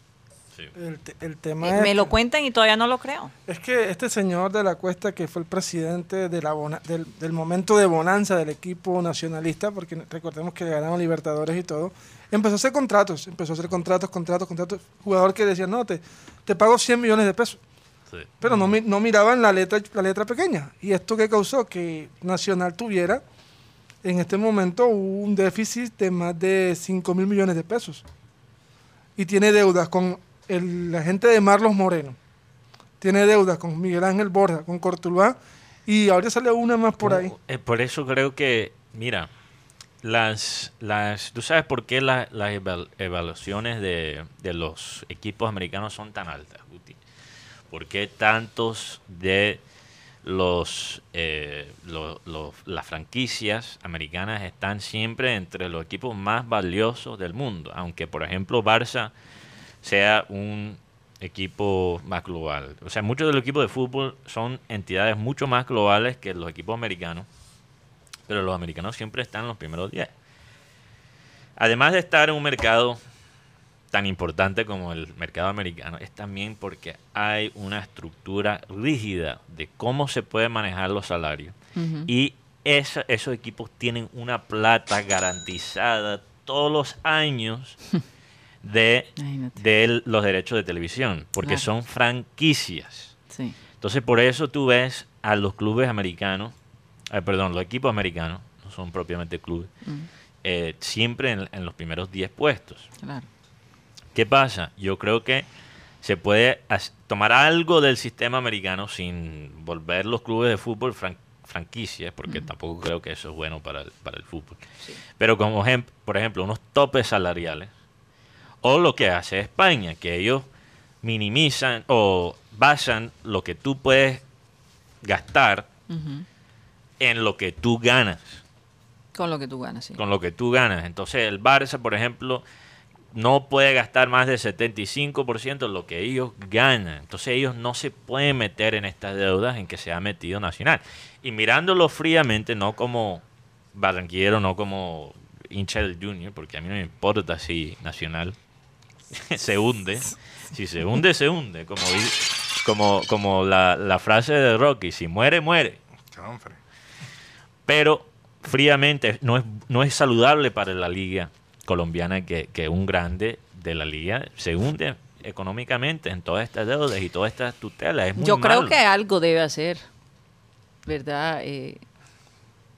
[SPEAKER 5] El, te- el
[SPEAKER 2] Eh,
[SPEAKER 5] tema
[SPEAKER 2] me
[SPEAKER 5] es,
[SPEAKER 2] lo cuentan y todavía no lo creo.
[SPEAKER 5] es que este señor de la Cuesta, que fue el presidente de la bona- del, del momento de bonanza del equipo nacionalista, porque recordemos que ganaron Libertadores y todo, empezó a hacer contratos, empezó a hacer contratos, contratos, contratos. Jugador que decía, no, te, te pago 100 millones de pesos.
[SPEAKER 3] Sí.
[SPEAKER 5] pero no, mi- no miraban la letra, la letra pequeña. ¿Y esto que causó? Que Nacional tuviera en este momento un déficit de más de 5 mil millones de pesos. Y tiene deudas con el, la gente de Marlos Moreno. Tiene deudas con Miguel Ángel Borja, con Cortuluá. Y ahorita sale una más por ahí.
[SPEAKER 3] Eh, por eso creo que, mira, las, las, tú sabes por qué la- las eval- evaluaciones de, de los equipos americanos son tan altas, Guti. ¿Por qué tantos de los, eh, lo- lo- las franquicias americanas están siempre entre los equipos más valiosos del mundo? Aunque, por ejemplo, Barça sea un equipo más global. O sea, muchos de los equipos de fútbol son entidades mucho más globales que los equipos americanos, pero los americanos siempre están en los primeros 10. además de estar en un mercado tan importante como el mercado americano, es también porque hay una estructura rígida de cómo se puede manejar los salarios. Y esa- esos equipos tienen una plata garantizada todos los años de,
[SPEAKER 2] Imagínate.
[SPEAKER 3] de el- los derechos de televisión, porque
[SPEAKER 2] Claro.
[SPEAKER 3] son franquicias.
[SPEAKER 2] Sí.
[SPEAKER 3] Entonces, por eso tú ves a los clubes americanos, eh, perdón, los equipos americanos, no son propiamente clubes, eh, siempre en, en los primeros 10 puestos.
[SPEAKER 2] Claro.
[SPEAKER 3] ¿Qué pasa? Yo creo que se puede as- tomar algo del sistema americano sin volver los clubes de fútbol fran- franquicias, porque tampoco creo que eso es bueno para el, para el fútbol. Pero como ejem- por ejemplo, unos topes salariales, o lo que hace España, que ellos minimizan o basan lo que tú puedes gastar en lo que tú ganas
[SPEAKER 2] Con lo que tú ganas, sí.
[SPEAKER 3] con lo que tú ganas. Entonces, el Barça, por ejemplo, no puede gastar más del 75% de lo que ellos ganan. Entonces, ellos no se pueden meter en estas deudas en que se ha metido Nacional. Y mirándolo fríamente, no como barranquillero, no como hincha del Junior, porque a mí no me importa si Nacional se hunde. Si se hunde, se hunde. Como, di- como, como la, la frase de Rocky, si muere, muere
[SPEAKER 4] Hombre.
[SPEAKER 3] pero fríamente no es, no es saludable para la liga colombiana que, que un grande de la liga se hunde económicamente en todas estas deudas y todas estas tutelas. Es muy
[SPEAKER 2] Yo creo
[SPEAKER 3] malo.
[SPEAKER 2] que algo debe hacer, ¿verdad? Eh,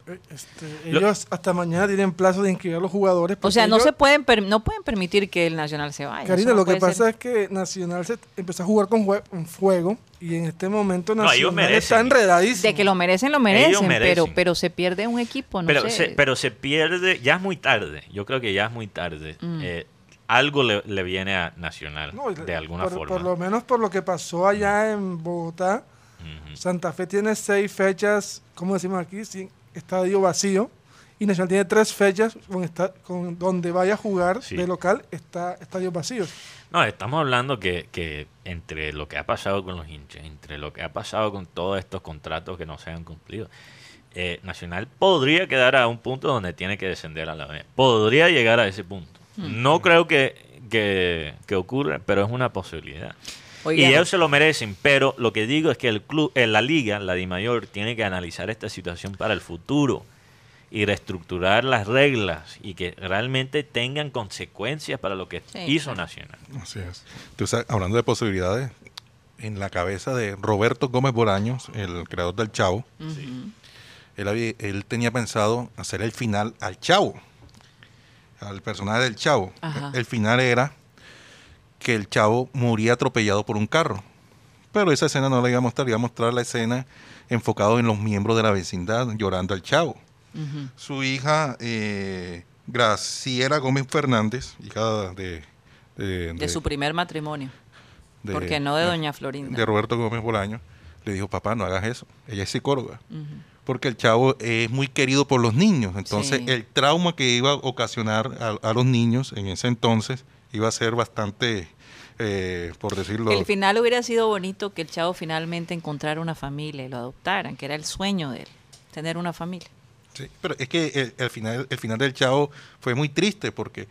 [SPEAKER 5] Eh, este,
[SPEAKER 3] Lo-
[SPEAKER 5] ellos hasta mañana tienen plazo de inscribir a los jugadores.
[SPEAKER 2] o sea,
[SPEAKER 5] porque
[SPEAKER 2] no
[SPEAKER 5] ellos-
[SPEAKER 2] se pueden per- no pueden permitir que el Nacional se vaya. eso
[SPEAKER 5] Karina,
[SPEAKER 2] no
[SPEAKER 5] lo que
[SPEAKER 2] puede
[SPEAKER 5] pasa
[SPEAKER 2] ser.
[SPEAKER 5] es que Nacional se empezó a jugar con jue- con fuego y en este momento
[SPEAKER 3] No,
[SPEAKER 5] Nacional
[SPEAKER 3] ellos merecen.
[SPEAKER 5] está enredadísimo.
[SPEAKER 2] de que lo merecen lo
[SPEAKER 3] Ellos
[SPEAKER 2] merecen, pero
[SPEAKER 3] merecen.
[SPEAKER 2] pero se pierde un equipo, no
[SPEAKER 3] pero,
[SPEAKER 2] sé.
[SPEAKER 3] se, pero se pierde, ya es muy tarde. Yo creo que ya es muy tarde.
[SPEAKER 2] Mm.
[SPEAKER 3] Eh, algo le, le viene a Nacional
[SPEAKER 5] No, y-
[SPEAKER 3] de alguna
[SPEAKER 5] por,
[SPEAKER 3] forma.
[SPEAKER 5] Por lo menos por lo que pasó allá en Bogotá.
[SPEAKER 3] Ujú.
[SPEAKER 5] Santa Fe tiene seis fechas, ¿cómo decimos aquí? Sin estadio vacío. Y Nacional tiene tres fechas con esta- con donde vaya a jugar
[SPEAKER 3] Sí.
[SPEAKER 5] de local está estadios vacíos.
[SPEAKER 3] No, estamos hablando que, que entre lo que ha pasado con los hinchas, entre lo que ha pasado con todos estos contratos que no se han cumplido, eh, Nacional podría quedar a un punto donde tiene que descender a la B. Podría llegar a ese punto.
[SPEAKER 2] Hmm.
[SPEAKER 3] No creo que, que, que ocurra, pero es una posibilidad.
[SPEAKER 2] Oiga,
[SPEAKER 3] Y ellos se lo merecen, pero lo que digo es que el club, eh, la liga, la DIMAYOR, tiene que analizar esta situación para el futuro y reestructurar las reglas y que realmente tengan consecuencias para lo que
[SPEAKER 2] Sí,
[SPEAKER 3] hizo Nacional.
[SPEAKER 4] Así es. Tú sabes, hablando de posibilidades, en la cabeza de Roberto Gómez Bolaños, el creador del Chavo, él, había- él tenía pensado hacer el final al Chavo, al personaje del Chavo.
[SPEAKER 2] Ajá.
[SPEAKER 4] El final era que el Chavo moría atropellado por un carro. Pero esa escena no la iba a mostrar, iba a mostrar la escena enfocado en los miembros de la vecindad llorando al Chavo. Su hija, eh, Graciela Gómez Fernández, hija de... de-
[SPEAKER 2] de
[SPEAKER 4] de-
[SPEAKER 2] su primer matrimonio,
[SPEAKER 4] de-
[SPEAKER 2] porque no de Doña Florinda.
[SPEAKER 4] de Roberto Gómez Bolaño, le dijo, papá, no hagas eso. Ella es psicóloga. Porque el chavo es muy querido por los niños. Entonces,
[SPEAKER 2] Sí.
[SPEAKER 4] el trauma que iba a ocasionar a, a los niños en ese entonces iba a ser bastante, eh, por decirlo...
[SPEAKER 2] El final hubiera sido bonito que el chavo finalmente encontrara una familia y lo adoptaran, que era el sueño de él, tener una familia.
[SPEAKER 4] Sí, pero es que el, el final, el final del Chavo fue muy triste porque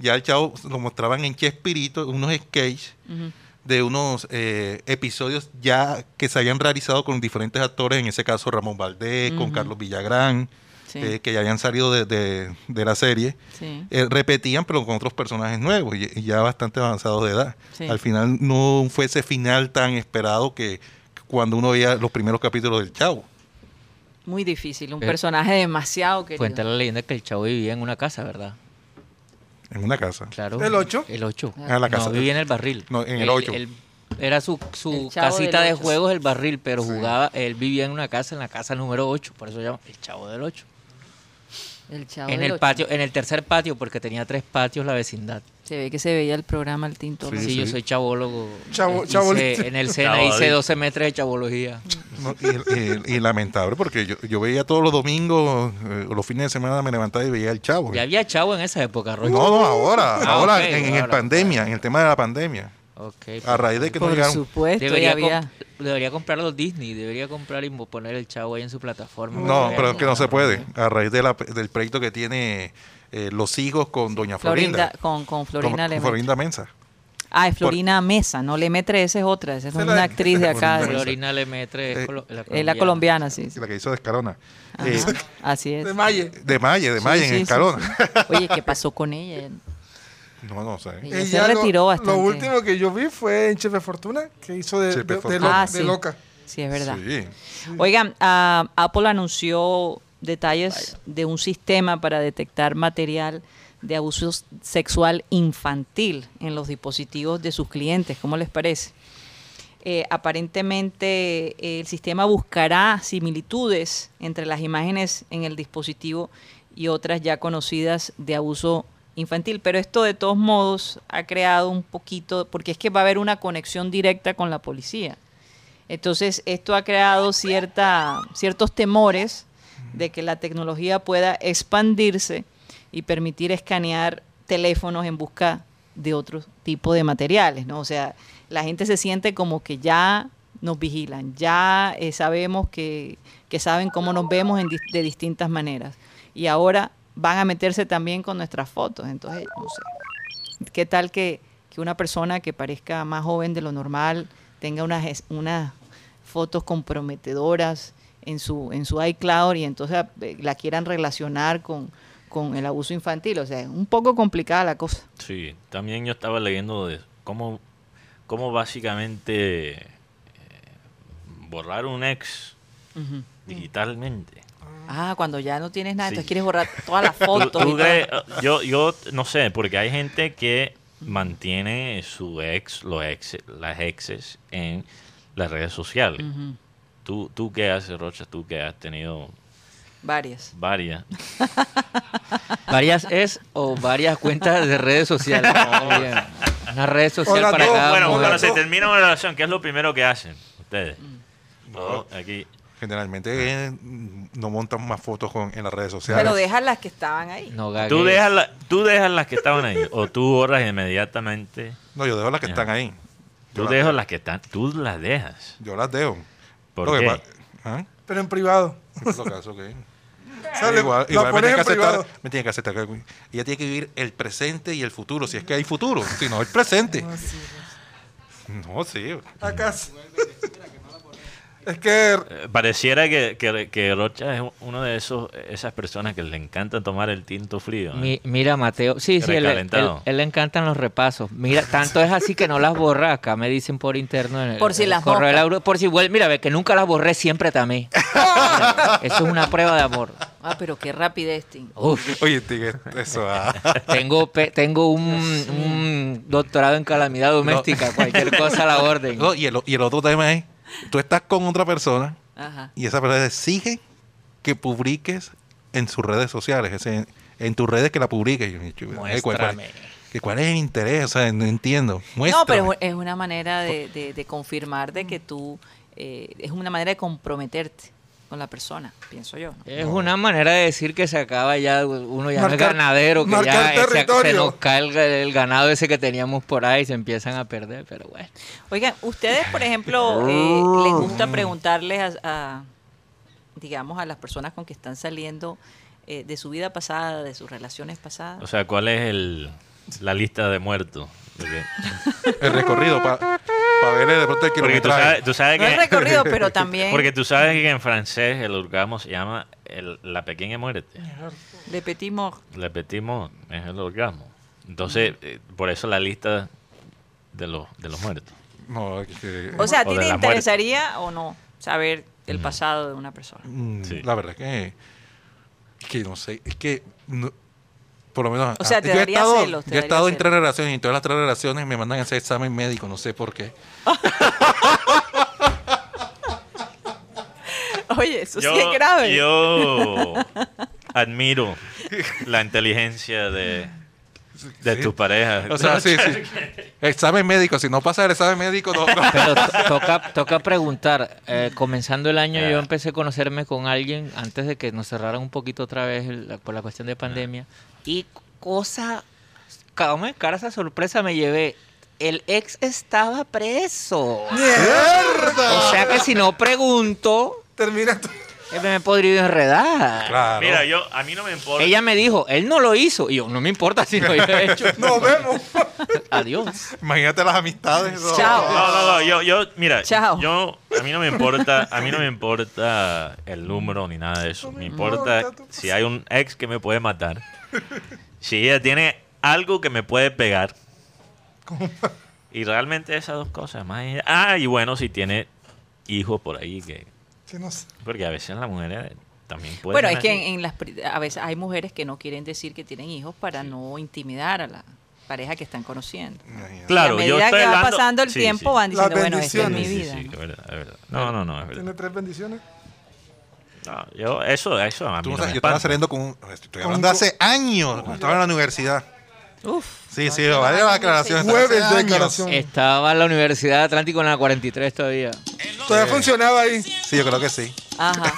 [SPEAKER 4] ya el Chavo lo mostraban en Chespirito, unos sketches de unos eh, episodios ya que se habían realizado con diferentes actores, en ese caso Ramón Valdés, con Carlos Villagrán,
[SPEAKER 2] Sí.
[SPEAKER 4] eh, que ya habían salido de, de- de la serie.
[SPEAKER 2] Sí.
[SPEAKER 4] Eh, repetían pero con otros personajes nuevos y, y ya bastante avanzados de edad.
[SPEAKER 2] Sí.
[SPEAKER 4] Al final no fue ese final tan esperado que que cuando uno veía los primeros capítulos del Chavo.
[SPEAKER 2] Muy difícil, un
[SPEAKER 6] Eh,
[SPEAKER 2] personaje demasiado querido.
[SPEAKER 6] Cuenta la leyenda que el chavo vivía en una casa, ¿verdad?
[SPEAKER 4] En una casa.
[SPEAKER 6] Claro.
[SPEAKER 5] ¿El ocho?
[SPEAKER 6] El 8.
[SPEAKER 4] Ah, la casa.
[SPEAKER 6] No, vivía en el barril.
[SPEAKER 4] No, en el
[SPEAKER 6] Él-
[SPEAKER 4] ocho.
[SPEAKER 6] él- Era su, su
[SPEAKER 2] El chavo
[SPEAKER 6] casita
[SPEAKER 2] del
[SPEAKER 6] de
[SPEAKER 2] ocho.
[SPEAKER 6] juegos, el barril, pero jugaba, él vivía en una casa, en la casa número 8, por eso se llama el chavo del 8.
[SPEAKER 2] El chavo
[SPEAKER 6] En
[SPEAKER 2] del
[SPEAKER 6] el
[SPEAKER 2] ocho.
[SPEAKER 6] patio, en el tercer patio, porque tenía tres patios la vecindad.
[SPEAKER 2] Se ve que se veía el programa El Tinto.
[SPEAKER 6] Sí,
[SPEAKER 2] ¿no?
[SPEAKER 6] yo soy chabólogo.
[SPEAKER 5] Chavo-
[SPEAKER 6] Hice-
[SPEAKER 5] chabolista.
[SPEAKER 6] en el SENA hice
[SPEAKER 3] Chabolista.
[SPEAKER 6] 12 meses de chabología.
[SPEAKER 4] No, y, y- y lamentable, porque yo, yo veía todos los domingos, eh, los fines de semana me levantaba y veía el chavo.
[SPEAKER 6] Ya había chavo en esa época, Roy.
[SPEAKER 4] No,
[SPEAKER 2] uh,
[SPEAKER 4] no, ahora,
[SPEAKER 6] Ah,
[SPEAKER 4] ahora
[SPEAKER 6] ok,
[SPEAKER 4] en, en el
[SPEAKER 6] ahora.
[SPEAKER 4] pandemia, en el tema de la pandemia.
[SPEAKER 6] Ok,
[SPEAKER 4] A
[SPEAKER 6] pues,
[SPEAKER 4] raíz de que no
[SPEAKER 2] Por
[SPEAKER 4] llegaron.
[SPEAKER 2] supuesto,
[SPEAKER 6] debería,
[SPEAKER 2] ya había.
[SPEAKER 6] comp- debería comprar los Disney, debería comprar y mo- poner el chavo ahí en su plataforma.
[SPEAKER 4] No,
[SPEAKER 6] Debería
[SPEAKER 4] pero es que no se
[SPEAKER 6] comprar.
[SPEAKER 4] puede. A raíz de la- del proyecto que tiene eh, Los Higos con Doña
[SPEAKER 2] Florinda,
[SPEAKER 4] Florinda.
[SPEAKER 2] con, con
[SPEAKER 4] Con-
[SPEAKER 2] Florina
[SPEAKER 4] con
[SPEAKER 2] Lemay.
[SPEAKER 4] Florinda Mensa.
[SPEAKER 2] Ah, es Florina Mesa, no le metre esa es otra, esa es
[SPEAKER 4] Esa es
[SPEAKER 2] una
[SPEAKER 4] la-
[SPEAKER 2] actriz de acá. de-
[SPEAKER 4] Florina.
[SPEAKER 6] Florina Lemetre es
[SPEAKER 4] Eh,
[SPEAKER 6] colo- la
[SPEAKER 2] Es la colombiana, sí. sí.
[SPEAKER 4] La que hizo de Escalona.
[SPEAKER 2] Ajá,
[SPEAKER 4] Eh,
[SPEAKER 2] así es.
[SPEAKER 5] De Maye.
[SPEAKER 4] de Maye, de
[SPEAKER 2] Sí,
[SPEAKER 4] Maye
[SPEAKER 2] sí,
[SPEAKER 4] en
[SPEAKER 2] sí,
[SPEAKER 4] Escalona.
[SPEAKER 2] sí. Oye, ¿qué pasó con ella?
[SPEAKER 4] No, no sé.
[SPEAKER 2] Ella se retiró bastante.
[SPEAKER 5] Lo último que yo vi fue en Chef de Fortuna, que hizo de,
[SPEAKER 4] Chef de
[SPEAKER 5] de- de
[SPEAKER 4] Fortuna.
[SPEAKER 5] lo-
[SPEAKER 2] Ah,
[SPEAKER 5] de
[SPEAKER 2] sí.
[SPEAKER 5] loca.
[SPEAKER 2] Sí, es verdad.
[SPEAKER 4] Sí.
[SPEAKER 2] Oigan, ah, Apple anunció detalles de un sistema para detectar material de abuso sexual infantil en los dispositivos de sus clientes. ¿Cómo les parece? Eh, aparentemente eh, el sistema buscará similitudes entre las imágenes en el dispositivo y otras ya conocidas de abuso infantil. Pero esto de todos modos ha creado un poquito, porque es que va a haber una conexión directa con la policía. Entonces, esto ha creado cierta, ciertos temores de que la tecnología pueda expandirse y permitir escanear teléfonos en busca de otro tipo de materiales, ¿no? O sea, la gente se siente como que ya nos vigilan, ya eh, sabemos que, que saben cómo nos vemos en dis- de distintas maneras. Y ahora van a meterse también con nuestras fotos, entonces, no sé. ¿Qué tal que, que una persona que parezca más joven de lo normal tenga unas, es- unas fotos comprometedoras en su, en su iCloud y entonces eh, la quieran relacionar con, con el abuso infantil? O sea, es un poco complicada la cosa.
[SPEAKER 3] Sí, también yo estaba leyendo de cómo, cómo básicamente eh, borrar un ex digitalmente.
[SPEAKER 2] Ah, cuando ya no tienes nada,
[SPEAKER 3] Sí.
[SPEAKER 2] entonces quieres borrar todas las
[SPEAKER 3] Tú-
[SPEAKER 2] fotos.
[SPEAKER 3] tú
[SPEAKER 2] y todas
[SPEAKER 3] crees-
[SPEAKER 2] las-
[SPEAKER 3] yo, yo no sé, porque hay gente que mantiene su ex, los ex, las exes en las redes sociales.
[SPEAKER 2] Ujú,
[SPEAKER 3] Tú, tú que haces, Rocha, tú que has tenido
[SPEAKER 2] Varias.
[SPEAKER 3] varias.
[SPEAKER 6] Varias es o varias cuentas de redes sociales. Bien. Una red social
[SPEAKER 5] Hola,
[SPEAKER 6] para
[SPEAKER 5] tú.
[SPEAKER 6] cada
[SPEAKER 3] Bueno,
[SPEAKER 6] mujer.
[SPEAKER 5] Bueno,
[SPEAKER 3] cuando
[SPEAKER 5] bueno,
[SPEAKER 3] se
[SPEAKER 5] no.
[SPEAKER 3] termina una relación, ¿qué es lo primero que hacen ustedes? Todos aquí.
[SPEAKER 4] Generalmente eh, no montan más fotos con, en las redes sociales.
[SPEAKER 2] Ah. Pero dejas las que estaban ahí.
[SPEAKER 6] No gagues.
[SPEAKER 3] ¿Tú dejas, la- tú dejas las que estaban ahí o tú borras inmediatamente.
[SPEAKER 4] No, yo dejo las que
[SPEAKER 3] Ajá.
[SPEAKER 4] están ahí.
[SPEAKER 3] Tú
[SPEAKER 4] Yo
[SPEAKER 3] dejas las que están, tú las dejas.
[SPEAKER 4] Yo las dejo.
[SPEAKER 3] ¿Por
[SPEAKER 4] Lo que
[SPEAKER 3] qué?
[SPEAKER 4] pa- ¿Ah?
[SPEAKER 5] Pero en privado.
[SPEAKER 4] Lo caso que-
[SPEAKER 5] Sale,
[SPEAKER 4] igual
[SPEAKER 5] la
[SPEAKER 4] igual me,
[SPEAKER 5] pones
[SPEAKER 4] tiene que
[SPEAKER 5] en
[SPEAKER 4] aceptar,
[SPEAKER 5] privado.
[SPEAKER 4] me tiene que aceptar que ella tiene que vivir el presente y el futuro, si es que hay futuro, si no el presente. No, sí.
[SPEAKER 5] Acá. es que
[SPEAKER 3] Eh, Pareciera que, que- que Rocha es uno de esos esas personas que le encanta tomar el tinto frío. ¿eh?
[SPEAKER 6] Mi- mira, Mateo. Sí, sí, él, él-
[SPEAKER 3] Recalentado.
[SPEAKER 6] él le encantan los repasos. Mira, tanto es así que no las borra. Acá me dicen por interno. En el,
[SPEAKER 2] Por si
[SPEAKER 6] el
[SPEAKER 2] las
[SPEAKER 6] correo de la
[SPEAKER 2] moscas.
[SPEAKER 6] Aurora. Por si vuelve. Mira, ve que nunca las borré, siempre tamé. Eso es una prueba de amor.
[SPEAKER 2] Ah, pero qué rapidez, Tim.
[SPEAKER 6] Uf.
[SPEAKER 4] Oye, Tigre, eso. ah.
[SPEAKER 6] Tengo, pe- tengo un, un doctorado en calamidad doméstica. Cualquier cosa a la orden.
[SPEAKER 4] No, y, el, o- y el otro tema es, tú estás con otra persona
[SPEAKER 2] Ajá.
[SPEAKER 4] y esa persona exige que publiques en sus redes sociales, es en, en tus redes que la publiques. Yo, yo, eh, ¿cuál- cuál-
[SPEAKER 6] Muéstrame.
[SPEAKER 4] que ¿Cuál es el interés? O sea, no entiendo.
[SPEAKER 2] No,
[SPEAKER 4] Muéstrame.
[SPEAKER 2] pero es una manera de, de- de confirmar de que tú, eh, es una manera de comprometerte con la persona, pienso yo. ¿no?
[SPEAKER 6] Es una manera de decir que se acaba ya, uno ya no es
[SPEAKER 5] Marcar-
[SPEAKER 6] ganadero, que ya
[SPEAKER 5] marcar
[SPEAKER 6] se- se
[SPEAKER 5] territorio.
[SPEAKER 6] nos cae el, el ganado ese que teníamos por ahí y se empiezan a perder, pero bueno.
[SPEAKER 2] Oigan, ustedes, por ejemplo, eh, les gusta preguntarles a, a, digamos, a las personas con que están saliendo eh, de su vida pasada, de sus relaciones pasadas.
[SPEAKER 3] O sea, ¿cuál es el, la lista de muertos? Porque,
[SPEAKER 4] el recorrido para verle eh, de pronto el
[SPEAKER 3] porque tú
[SPEAKER 4] kilometraje.
[SPEAKER 3] sabes, tú sabes
[SPEAKER 2] no es
[SPEAKER 3] que,
[SPEAKER 2] recorrido, pero también
[SPEAKER 3] porque tú sabes que en francés el orgasmo se llama el- la pequeña muerte.
[SPEAKER 2] de petit mort.
[SPEAKER 3] Le repetimos, es el orgasmo. Entonces, eh, por eso la lista de los, de los muertos.
[SPEAKER 4] No, es que-
[SPEAKER 2] O sea, ¿a
[SPEAKER 3] O
[SPEAKER 2] ti
[SPEAKER 3] de
[SPEAKER 2] te
[SPEAKER 3] la muerte.
[SPEAKER 2] interesaría o no saber el pasado de una persona?
[SPEAKER 4] Mm,
[SPEAKER 3] Sí.
[SPEAKER 4] La verdad que, que no sé, es que no- por lo menos
[SPEAKER 2] O sea,
[SPEAKER 4] ah,
[SPEAKER 2] te
[SPEAKER 4] yo he
[SPEAKER 2] daría
[SPEAKER 4] estado,
[SPEAKER 2] celos, te
[SPEAKER 4] yo he
[SPEAKER 2] daría
[SPEAKER 4] estado en
[SPEAKER 2] celos.
[SPEAKER 4] tres relaciones y en todas las tres relaciones me mandan a hacer examen médico, no sé por qué.
[SPEAKER 2] Oye, eso sí es grave.
[SPEAKER 3] yo admiro la inteligencia de, de
[SPEAKER 4] Sí.
[SPEAKER 3] tus parejas.
[SPEAKER 4] O sea, sí, sí. Examen médico, si no pasa el examen médico, no. no.
[SPEAKER 6] Pero to- toca, toca preguntar, eh, comenzando el año yo empecé a conocerme con alguien antes de que nos cerraran un poquito otra vez el- la- por la cuestión de pandemia Eh. y cosa, ca- hombre, cara esa sorpresa me llevé, el ex estaba preso. O sea que si no pregunto...
[SPEAKER 5] termina tu-
[SPEAKER 6] Eh, Me he podido enredar.
[SPEAKER 4] Claro.
[SPEAKER 3] Mira, yo, a mí no me importa.
[SPEAKER 6] Ella me dijo, él no lo hizo. Y yo, no me importa si lo he hecho.
[SPEAKER 5] Nos vemos.
[SPEAKER 6] Adiós.
[SPEAKER 4] Imagínate las amistades. ¿no?
[SPEAKER 2] Chao.
[SPEAKER 3] No, no, no, yo, yo, mira,
[SPEAKER 2] Chao.
[SPEAKER 3] yo, a mí no me importa, a mí no me importa el número ni nada de eso.
[SPEAKER 5] No
[SPEAKER 3] me,
[SPEAKER 5] me
[SPEAKER 3] importa,
[SPEAKER 5] importa tu-
[SPEAKER 3] si hay un ex que me puede matar, si ella tiene algo que me puede pegar. Y realmente esas dos cosas más. ella- Ah, y bueno, si tiene hijos por ahí, que
[SPEAKER 5] Sí, no sé.
[SPEAKER 3] porque a veces las mujeres también pueden.
[SPEAKER 2] Bueno, es
[SPEAKER 3] así.
[SPEAKER 2] que en, en las, pri- a veces hay mujeres que no quieren decir que tienen hijos para no intimidar a la pareja que están conociendo.
[SPEAKER 3] claro,
[SPEAKER 2] y a
[SPEAKER 3] yo
[SPEAKER 2] medida
[SPEAKER 3] estoy
[SPEAKER 2] que va
[SPEAKER 3] hablando-
[SPEAKER 2] pasando el
[SPEAKER 3] sí,
[SPEAKER 2] tiempo
[SPEAKER 3] sí.
[SPEAKER 2] van diciendo,
[SPEAKER 5] Las
[SPEAKER 2] bueno, esta es mi
[SPEAKER 5] bendiciones.
[SPEAKER 3] Sí, sí,
[SPEAKER 2] vida.
[SPEAKER 3] sí, es verdad, es verdad. No, no, no, es
[SPEAKER 5] Tiene
[SPEAKER 3] verdad.
[SPEAKER 5] tres bendiciones.
[SPEAKER 3] No, yo, eso, eso a mí
[SPEAKER 4] Tú
[SPEAKER 3] no
[SPEAKER 4] no
[SPEAKER 3] me
[SPEAKER 4] sabes, yo estaba
[SPEAKER 3] espanta.
[SPEAKER 4] saliendo con un. Estoy
[SPEAKER 5] Con
[SPEAKER 4] hablando
[SPEAKER 5] un-
[SPEAKER 4] hace años. cuando Estaba en la universidad.
[SPEAKER 2] Uf,
[SPEAKER 4] Sí, sí, vale la aclaración.
[SPEAKER 5] Jueves
[SPEAKER 4] hace
[SPEAKER 5] de
[SPEAKER 4] años.
[SPEAKER 5] declaración.
[SPEAKER 6] Estaba en la Universidad Atlántico en la 43 todavía.
[SPEAKER 5] Todavía funcionaba ahí.
[SPEAKER 4] Sí, yo creo que sí.
[SPEAKER 2] ajá.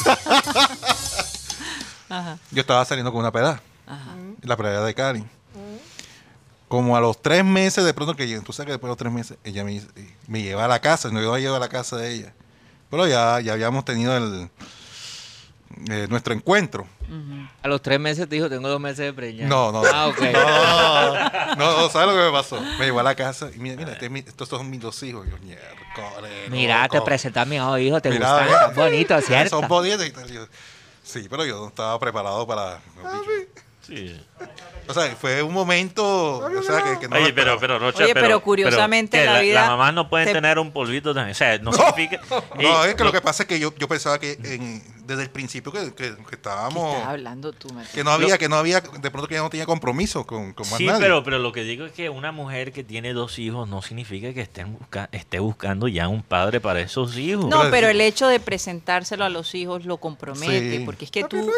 [SPEAKER 4] Yo estaba saliendo con una peda. La peda de Cari. Como a los tres meses, de pronto que llegué, tú sabes que después de los tres meses, ella me, me lleva a la casa, no yo la llevo a la casa de ella. Pero ya, ya habíamos tenido el, eh, nuestro encuentro.
[SPEAKER 6] A los tres meses te dijo, tengo dos meses de preñada.
[SPEAKER 4] No, no.
[SPEAKER 6] Ah, ok.
[SPEAKER 4] No, no, ¿sabes lo que me pasó? Me llevó a la casa y mira, mira, este es mi- estos son mis dos hijos. Yo, miércoles.
[SPEAKER 6] Mira, te
[SPEAKER 4] loco.
[SPEAKER 6] presentas a mi nuevo hijo, te
[SPEAKER 4] Mira,
[SPEAKER 6] gustan,
[SPEAKER 4] ve.
[SPEAKER 6] están bonitos, ¿cierto?
[SPEAKER 4] Son bonitos y tal. Yo, sí, pero yo no estaba preparado para.
[SPEAKER 3] Sí.
[SPEAKER 4] O sea, fue un momento. O sea, que, que no
[SPEAKER 3] Oye,
[SPEAKER 4] lo
[SPEAKER 3] pero,
[SPEAKER 4] esperaba.
[SPEAKER 3] pero, Rocha,
[SPEAKER 2] Oye, pero curiosamente
[SPEAKER 3] ¿qué?
[SPEAKER 2] la vida
[SPEAKER 3] Las mamás no pueden
[SPEAKER 2] te-
[SPEAKER 3] tener un polvito también. O sea, no significa.
[SPEAKER 4] No,
[SPEAKER 3] y-
[SPEAKER 4] es que lo que pasa es que yo, yo pensaba que en- desde el principio que, que- que
[SPEAKER 3] Oh.
[SPEAKER 4] estábamos.
[SPEAKER 2] Estás hablando tú, Mateo.
[SPEAKER 4] Que no había, que no había. De pronto que ya no tenía compromiso con, con más
[SPEAKER 3] Sí,
[SPEAKER 4] nadie.
[SPEAKER 3] pero, pero lo que digo es que una mujer que tiene dos hijos no significa que estén busca- esté buscando ya un padre para esos hijos.
[SPEAKER 2] No,
[SPEAKER 4] Pero-
[SPEAKER 2] pero el hecho de presentárselo a los hijos lo compromete,
[SPEAKER 4] Sí.
[SPEAKER 2] porque es que tú,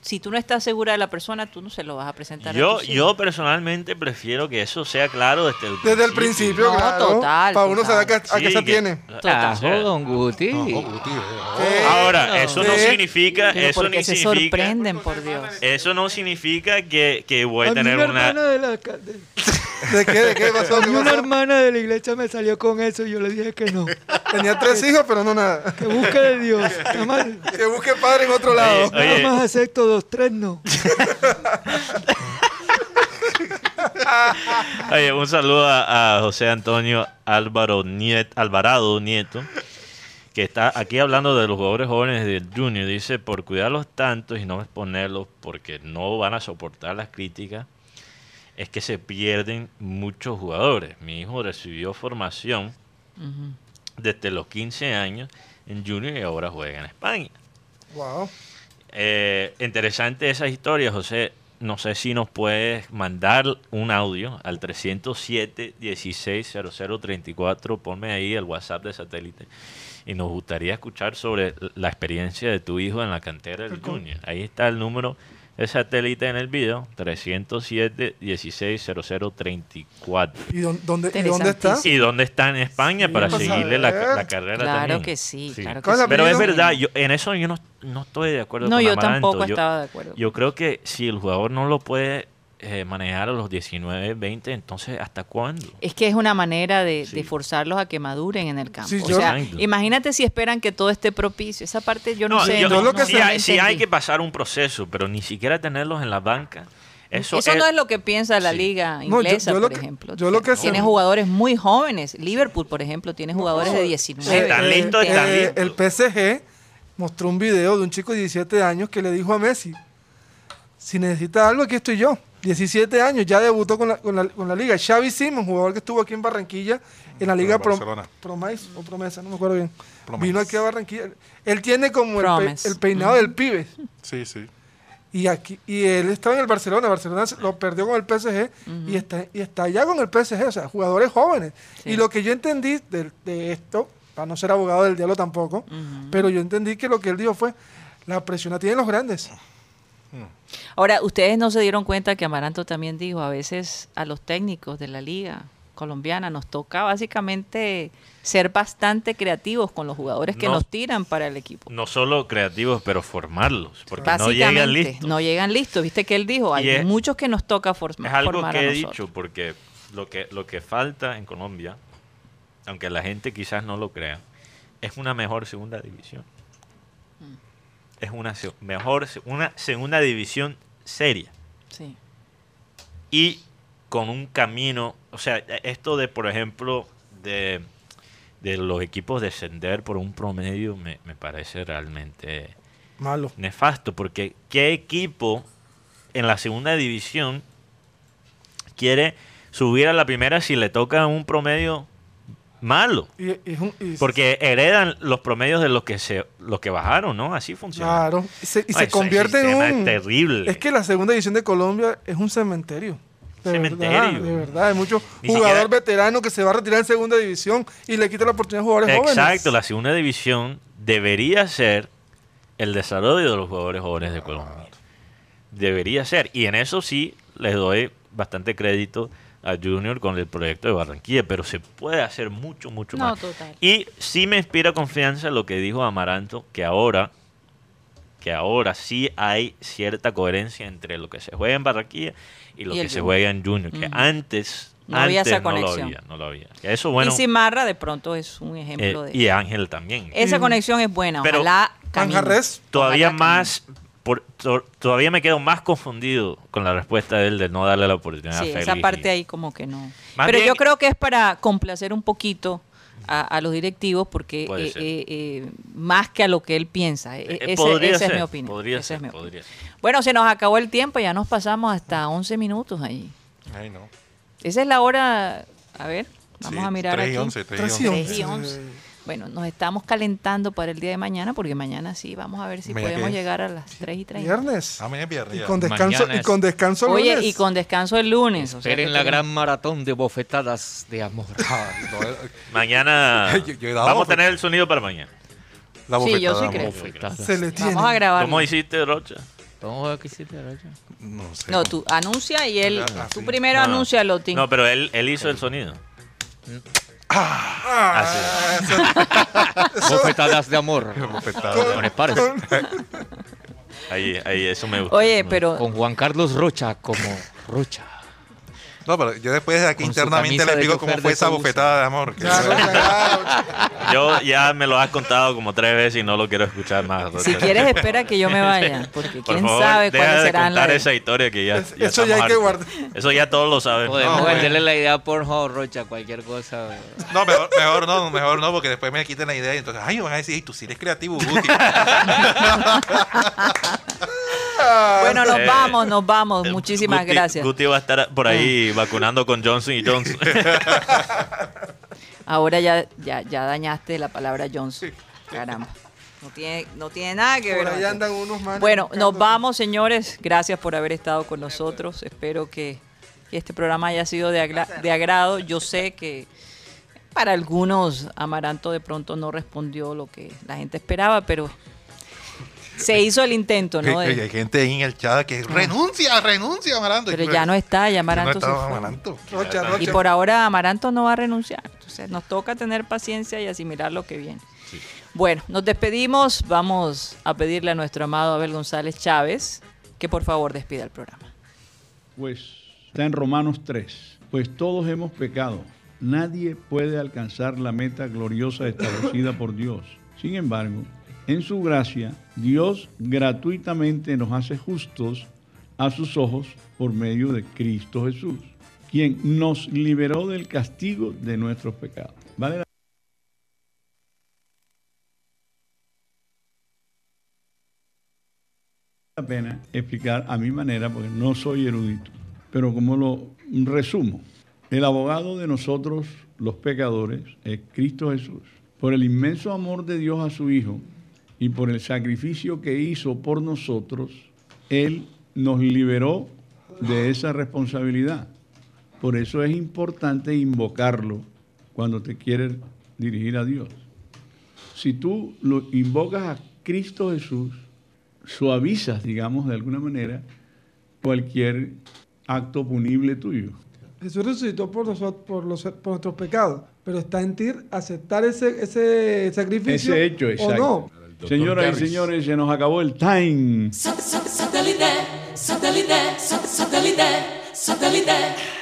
[SPEAKER 2] si tú no estás segura de la persona, tú no se lo vas a presentar a
[SPEAKER 3] yo,
[SPEAKER 2] tus hijos.
[SPEAKER 3] yo personalmente prefiero que eso sea claro desde el
[SPEAKER 5] Desde el principio,
[SPEAKER 2] No,
[SPEAKER 5] claro.
[SPEAKER 2] total,
[SPEAKER 5] Para uno
[SPEAKER 2] total.
[SPEAKER 5] saber que- a
[SPEAKER 3] Sí,
[SPEAKER 5] qué se
[SPEAKER 3] que-
[SPEAKER 5] tiene.
[SPEAKER 3] Ah,
[SPEAKER 6] Tajo, don Guti.
[SPEAKER 4] No, oh, tío, eh, oh.
[SPEAKER 5] Eh,
[SPEAKER 3] Ahora, eso no
[SPEAKER 5] Sí.
[SPEAKER 3] significa,
[SPEAKER 2] Pero
[SPEAKER 3] eso
[SPEAKER 2] porque
[SPEAKER 3] ni
[SPEAKER 2] se
[SPEAKER 3] significa,
[SPEAKER 2] sorprenden, por Dios.
[SPEAKER 3] eso no significa que, que voy a tener una,
[SPEAKER 7] de la, de-
[SPEAKER 5] ¿De qué? ¿De qué pasó?
[SPEAKER 7] a
[SPEAKER 5] ¿Qué
[SPEAKER 7] mí una
[SPEAKER 5] pasó?
[SPEAKER 7] hermana de la iglesia me salió con eso y yo le dije que no.
[SPEAKER 5] Eh, Tenía tres hijos, pero no nada.
[SPEAKER 7] Que busque de Dios. Nada más,
[SPEAKER 5] Que busque padre en otro lado.
[SPEAKER 3] Oye,
[SPEAKER 7] nada más acepto dos, tres no.
[SPEAKER 3] Oye, un saludo a, a José Antonio Álvaro Niet- Alvarado Nieto, que está aquí hablando de los jugadores jóvenes del Junior. Dice, por cuidarlos tantos y no exponerlos porque no van a soportar las críticas, es que se pierden muchos jugadores. Mi hijo recibió formación desde los 15 años en Junior y ahora juega en España.
[SPEAKER 5] Wow.
[SPEAKER 3] Eh, interesante esas historias, José. No sé si nos puedes mandar un audio al 307 160034 Ponme ahí el WhatsApp de satélite. Y nos gustaría escuchar sobre la experiencia de tu hijo en la cantera del Junior. Ahí está el número de satélite en el video: 307 160034
[SPEAKER 5] ¿Y dón- dónde, y dónde está?
[SPEAKER 2] Interesantísimo.
[SPEAKER 3] ¿Y dónde está en España
[SPEAKER 5] Sí,
[SPEAKER 3] para
[SPEAKER 5] vamos a
[SPEAKER 3] seguirle la,
[SPEAKER 5] ver.
[SPEAKER 3] la carrera
[SPEAKER 2] Claro
[SPEAKER 3] también?
[SPEAKER 2] que sí, claro que
[SPEAKER 5] ¿Cuál es sí. el
[SPEAKER 3] Pero es
[SPEAKER 5] apellido?
[SPEAKER 3] verdad, yo, en eso yo no, no estoy de acuerdo
[SPEAKER 2] No,
[SPEAKER 3] con
[SPEAKER 2] yo
[SPEAKER 3] Amaranto.
[SPEAKER 2] tampoco
[SPEAKER 3] Yo-
[SPEAKER 2] estaba de acuerdo.
[SPEAKER 3] yo creo que si el jugador no lo puede eh, manejar a los 19, 20, entonces ¿hasta cuándo?
[SPEAKER 2] Es que es una manera de,
[SPEAKER 3] Sí.
[SPEAKER 2] de forzarlos a que maduren en el campo.
[SPEAKER 5] Sí,
[SPEAKER 2] o
[SPEAKER 5] yo-
[SPEAKER 2] sea,
[SPEAKER 3] Exacto.
[SPEAKER 2] imagínate si esperan que todo esté propicio. Esa parte yo no, sé.
[SPEAKER 3] yo-
[SPEAKER 2] no-
[SPEAKER 5] lo que
[SPEAKER 2] no-
[SPEAKER 3] sí,
[SPEAKER 2] no la
[SPEAKER 3] hay, sí hay
[SPEAKER 2] entendí.
[SPEAKER 3] que pasar un proceso, pero ni siquiera tenerlos en la banca. Eso,
[SPEAKER 2] Eso, no es lo que piensa la
[SPEAKER 3] sí.
[SPEAKER 2] liga
[SPEAKER 5] No, yo-
[SPEAKER 2] inglesa,
[SPEAKER 5] yo lo
[SPEAKER 2] por
[SPEAKER 5] que-
[SPEAKER 2] ejemplo.
[SPEAKER 5] yo lo que sé-
[SPEAKER 2] tiene jugadores muy jóvenes. Liverpool, por ejemplo, tiene jugadores de
[SPEAKER 3] Sí,
[SPEAKER 2] 19.
[SPEAKER 3] Están
[SPEAKER 5] Eh,
[SPEAKER 3] listos, están
[SPEAKER 5] eh,
[SPEAKER 3] listos.
[SPEAKER 5] El PSG mostró un video de un chico de 17 años que le dijo a Messi, si necesitas algo, aquí estoy yo. 17 años, ya debutó con la, con la- con la liga. Xavi Simon, jugador que estuvo aquí en Barranquilla, en la liga Pro-
[SPEAKER 4] Barcelona.
[SPEAKER 5] Promais o Promesa, no me acuerdo bien.
[SPEAKER 4] Promesa.
[SPEAKER 5] Vino aquí a Barranquilla. Él tiene como el, pe-
[SPEAKER 2] Promise.
[SPEAKER 5] el peinado del pibe.
[SPEAKER 4] Sí, sí.
[SPEAKER 5] Y, aquí, y él estaba en el Barcelona, Barcelona se- lo perdió con el PSG y, está, y está allá con el PSG, o sea, jugadores jóvenes.
[SPEAKER 2] Sí.
[SPEAKER 5] Y lo que yo entendí de, de esto, para no ser abogado del diablo tampoco, pero yo entendí que lo que él dijo fue, la presión la tienen los grandes.
[SPEAKER 2] Ahora, ustedes no se dieron cuenta que Amaranto también dijo, a veces a los técnicos de la liga colombiana nos toca básicamente ser bastante creativos con los jugadores que
[SPEAKER 3] No.
[SPEAKER 2] nos tiran para el equipo.
[SPEAKER 3] No solo creativos, pero formarlos, porque no
[SPEAKER 2] Básicamente,
[SPEAKER 3] llegan listos.
[SPEAKER 2] no llegan listos. ¿Viste que él dijo? Hay
[SPEAKER 3] Y es-
[SPEAKER 2] muchos que nos toca form-
[SPEAKER 3] Es algo
[SPEAKER 2] formar a
[SPEAKER 3] que he
[SPEAKER 2] nosotros.
[SPEAKER 3] dicho, porque lo que, lo que falta en Colombia,
[SPEAKER 2] Mm.
[SPEAKER 3] aunque la gente quizás no lo crea, es una mejor segunda división. es una se- mejor, se- una segunda división seria.
[SPEAKER 2] Sí.
[SPEAKER 3] y con un camino, o sea, esto de, por ejemplo, de, de los equipos descender por un promedio me, me parece realmente
[SPEAKER 5] Malo.
[SPEAKER 3] nefasto, porque ¿qué equipo en la segunda división quiere subir a la primera si le toca un promedio malo?
[SPEAKER 5] Y, y es un- y-
[SPEAKER 3] Porque heredan los promedios de los que se los que bajaron, ¿no? Así funciona.
[SPEAKER 5] Claro. Y se, y
[SPEAKER 3] No,
[SPEAKER 5] se
[SPEAKER 3] ese
[SPEAKER 5] convierte en
[SPEAKER 3] sistema es
[SPEAKER 5] un.
[SPEAKER 3] terrible.
[SPEAKER 5] Es que la segunda división de Colombia es un cementerio. De
[SPEAKER 3] Cementerio.
[SPEAKER 5] Verdad, de verdad, hay muchos
[SPEAKER 3] Ni
[SPEAKER 5] jugadores
[SPEAKER 3] siquiera-
[SPEAKER 5] veteranos que se va a retirar en segunda división y le quita la oportunidad a jugadores jóvenes.
[SPEAKER 3] Exacto, la segunda división debería ser el desarrollo de los jugadores jóvenes de Colombia. Debería ser. Y en eso sí les doy bastante crédito a Junior con el proyecto de Barranquilla, pero se puede hacer mucho, mucho
[SPEAKER 2] No,
[SPEAKER 3] más.
[SPEAKER 2] total.
[SPEAKER 3] Y sí me inspira confianza lo que dijo Amaranto, que ahora, que ahora sí hay cierta coherencia entre lo que se juega en Barranquilla y lo
[SPEAKER 2] Y
[SPEAKER 3] que
[SPEAKER 2] el
[SPEAKER 3] se
[SPEAKER 2] Junior.
[SPEAKER 3] juega en Junior, que
[SPEAKER 2] Ujú.
[SPEAKER 3] antes,
[SPEAKER 2] No había
[SPEAKER 3] antes
[SPEAKER 2] esa
[SPEAKER 3] no lo
[SPEAKER 2] conexión.
[SPEAKER 3] había, no lo había. Que Eso bueno.
[SPEAKER 2] y Simarra de pronto es un ejemplo
[SPEAKER 3] eh,
[SPEAKER 2] de
[SPEAKER 3] y Ángel también.
[SPEAKER 2] Esa
[SPEAKER 5] Mm.
[SPEAKER 2] conexión es buena,
[SPEAKER 3] Pero-
[SPEAKER 2] ojalá camine.
[SPEAKER 5] Manjarres,
[SPEAKER 3] todavía
[SPEAKER 2] Ojalá camine.
[SPEAKER 3] más por- to- todavía me quedo más confundido con la respuesta de él de no darle la oportunidad
[SPEAKER 2] Sí,
[SPEAKER 3] a
[SPEAKER 2] esa
[SPEAKER 3] Félix
[SPEAKER 2] parte
[SPEAKER 3] y-
[SPEAKER 2] ahí como que no.
[SPEAKER 3] Ah, Más
[SPEAKER 2] Pero
[SPEAKER 3] bien-
[SPEAKER 2] yo creo que es para complacer un poquito a, a los directivos porque
[SPEAKER 3] Puede
[SPEAKER 2] eh,
[SPEAKER 3] ser.
[SPEAKER 2] eh, eh, más que a lo que él piensa. E-
[SPEAKER 3] Eh,
[SPEAKER 2] ese-
[SPEAKER 3] podría
[SPEAKER 2] esa
[SPEAKER 3] ser,
[SPEAKER 2] es mi opinión.
[SPEAKER 3] podría
[SPEAKER 2] esa
[SPEAKER 3] ser,
[SPEAKER 2] es mi opinión.
[SPEAKER 3] podría ser.
[SPEAKER 2] Bueno, se nos acabó el tiempo, ya nos pasamos hasta 11 minutos ahí.
[SPEAKER 4] Ay, no.
[SPEAKER 2] Esa es la hora, a ver, vamos
[SPEAKER 4] Sí,
[SPEAKER 2] a mirar
[SPEAKER 4] 3 y
[SPEAKER 2] aquí.
[SPEAKER 4] 11, 3 y
[SPEAKER 5] Tres y
[SPEAKER 4] 11.
[SPEAKER 2] Tres
[SPEAKER 5] once.
[SPEAKER 2] y once. Bueno, nos estamos calentando para el día de mañana porque mañana sí, vamos a ver si
[SPEAKER 4] Mira
[SPEAKER 2] podemos
[SPEAKER 4] que-
[SPEAKER 2] llegar a las 3 y 30.
[SPEAKER 5] Viernes.
[SPEAKER 4] Ah, mañana es viernes.
[SPEAKER 5] Y
[SPEAKER 4] ya.
[SPEAKER 5] con descanso,
[SPEAKER 6] Mañana
[SPEAKER 5] y
[SPEAKER 6] es-
[SPEAKER 5] con descanso el
[SPEAKER 2] Oye,
[SPEAKER 5] lunes.
[SPEAKER 2] y con descanso el lunes. o sea que
[SPEAKER 6] Esperen la
[SPEAKER 2] tenemos-
[SPEAKER 6] gran maratón de bofetadas de amor.
[SPEAKER 4] Ah, no, eh,
[SPEAKER 3] Mañana
[SPEAKER 4] Yo- yo he dado
[SPEAKER 3] vamos a
[SPEAKER 4] oferta.
[SPEAKER 3] tener el sonido para mañana.
[SPEAKER 4] la
[SPEAKER 2] Sí, yo
[SPEAKER 4] bofetada,
[SPEAKER 2] sí
[SPEAKER 4] la
[SPEAKER 2] creo.
[SPEAKER 6] Bofetadas.
[SPEAKER 5] se le tiene.
[SPEAKER 2] Vamos a grabar.
[SPEAKER 3] ¿Cómo hiciste, Rocha?
[SPEAKER 6] Vamos a ver qué hiciste, Rocha.
[SPEAKER 4] bofetada. No sé.
[SPEAKER 2] No, tú anuncia y él.
[SPEAKER 4] Ah,
[SPEAKER 2] tú
[SPEAKER 4] sí.
[SPEAKER 2] primero
[SPEAKER 3] No, no.
[SPEAKER 2] anuncia lo Tim.
[SPEAKER 3] No, pero él, él hizo el sonido. Así.
[SPEAKER 4] Ah,
[SPEAKER 6] Bofetadas de amor.
[SPEAKER 4] Bofetada.
[SPEAKER 6] Prepárese.
[SPEAKER 3] Ahí, ahí, eso me gusta.
[SPEAKER 2] Oye, pero.
[SPEAKER 6] Con Juan Carlos Rocha como Rocha.
[SPEAKER 4] No, pero yo después de aquí
[SPEAKER 6] Con su
[SPEAKER 4] internamente
[SPEAKER 6] camisa
[SPEAKER 4] le
[SPEAKER 6] de
[SPEAKER 4] explico
[SPEAKER 6] chofer
[SPEAKER 4] cómo
[SPEAKER 6] de
[SPEAKER 4] fue esa
[SPEAKER 6] autobús.
[SPEAKER 4] bofetada de amor. que-
[SPEAKER 5] Claro, claro.
[SPEAKER 3] Yo ya me lo has contado como tres veces y no lo quiero escuchar más. Rocha.
[SPEAKER 2] Si quieres, espera que yo me vaya. Porque
[SPEAKER 3] Por
[SPEAKER 2] quién
[SPEAKER 3] favor,
[SPEAKER 2] sabe
[SPEAKER 3] deja
[SPEAKER 2] cuáles
[SPEAKER 3] de
[SPEAKER 2] serán
[SPEAKER 3] contar
[SPEAKER 2] las.
[SPEAKER 3] esa historia que ya,
[SPEAKER 5] Es- eso ya
[SPEAKER 3] estamos
[SPEAKER 5] hay que
[SPEAKER 3] hartos. Eso ya todos lo saben.
[SPEAKER 6] Podemos
[SPEAKER 4] No, bueno.
[SPEAKER 6] venderle la idea por Pornhub, Rocha, cualquier cosa. güey.
[SPEAKER 4] No, mejor, mejor no, mejor no, porque después me quiten la idea y entonces, ay, van a decir, "Ey, tú sí eres creativo, Guti.
[SPEAKER 2] Bueno, nos
[SPEAKER 3] Eh,
[SPEAKER 2] vamos, nos vamos.
[SPEAKER 3] Eh,
[SPEAKER 2] Muchísimas
[SPEAKER 3] Guti-
[SPEAKER 2] gracias. Ah.
[SPEAKER 3] Guti va a estar por ahí vacunando con Johnson y Johnson.
[SPEAKER 2] Ahora ya, ya, ya dañaste la palabra Johnson. Caramba. No tiene, no tiene nada que ver.
[SPEAKER 5] Por ahí
[SPEAKER 2] Martín.
[SPEAKER 5] andan unos manes
[SPEAKER 2] Bueno, nos
[SPEAKER 5] buscando-
[SPEAKER 2] vamos, señores. Gracias por haber estado con nosotros. Espero que, que este programa haya sido de, agra- de agrado. Yo sé que para algunos Amaranto de pronto no respondió lo que la gente esperaba, pero se hizo el intento,
[SPEAKER 4] Que-
[SPEAKER 2] ¿no?
[SPEAKER 4] que
[SPEAKER 2] De-
[SPEAKER 4] hay gente ahí en el chat que renuncia, renuncia, Amaranto.
[SPEAKER 2] pero ya no está, ya
[SPEAKER 4] Ya no
[SPEAKER 2] Amaranto se
[SPEAKER 4] estaba
[SPEAKER 2] fue.
[SPEAKER 4] Amaranto.
[SPEAKER 5] Rocha,
[SPEAKER 2] Y
[SPEAKER 5] Rocha.
[SPEAKER 2] por ahora Amaranto no va a renunciar. Entonces nos toca tener paciencia y asimilar lo que viene. Bueno, nos despedimos. Vamos a pedirle a nuestro amado Abel González Chávez que por favor despida el programa.
[SPEAKER 8] Pues está en Romanos 3. Pues todos hemos pecado. Nadie puede alcanzar la meta gloriosa establecida por Dios. Sin embargo, en su gracia, Dios gratuitamente nos hace justos a sus ojos por medio de Cristo Jesús, quien nos liberó del castigo de nuestros pecados. Vale la la pena explicar a mi manera, porque no soy erudito, pero como lo resumo, el abogado de nosotros, los pecadores, es Cristo Jesús. Por el inmenso amor de Dios a su Hijo y por el sacrificio que hizo por nosotros, Él nos liberó de esa responsabilidad. Por eso es importante invocarlo cuando te quieres dirigir a Dios. Si tú lo invocas a Cristo Jesús, suavizas, digamos, de alguna manera, cualquier acto punible tuyo.
[SPEAKER 5] Jesús resucitó por, nosotros, por, los, por nuestros pecados, pero está en ti aceptar ese, ese sacrificio
[SPEAKER 8] Ese hecho,
[SPEAKER 5] o no.
[SPEAKER 8] exacto. Señoras y señores, se nos acabó el time.
[SPEAKER 9] Satellite, satellite, satellite, satellite, satellite.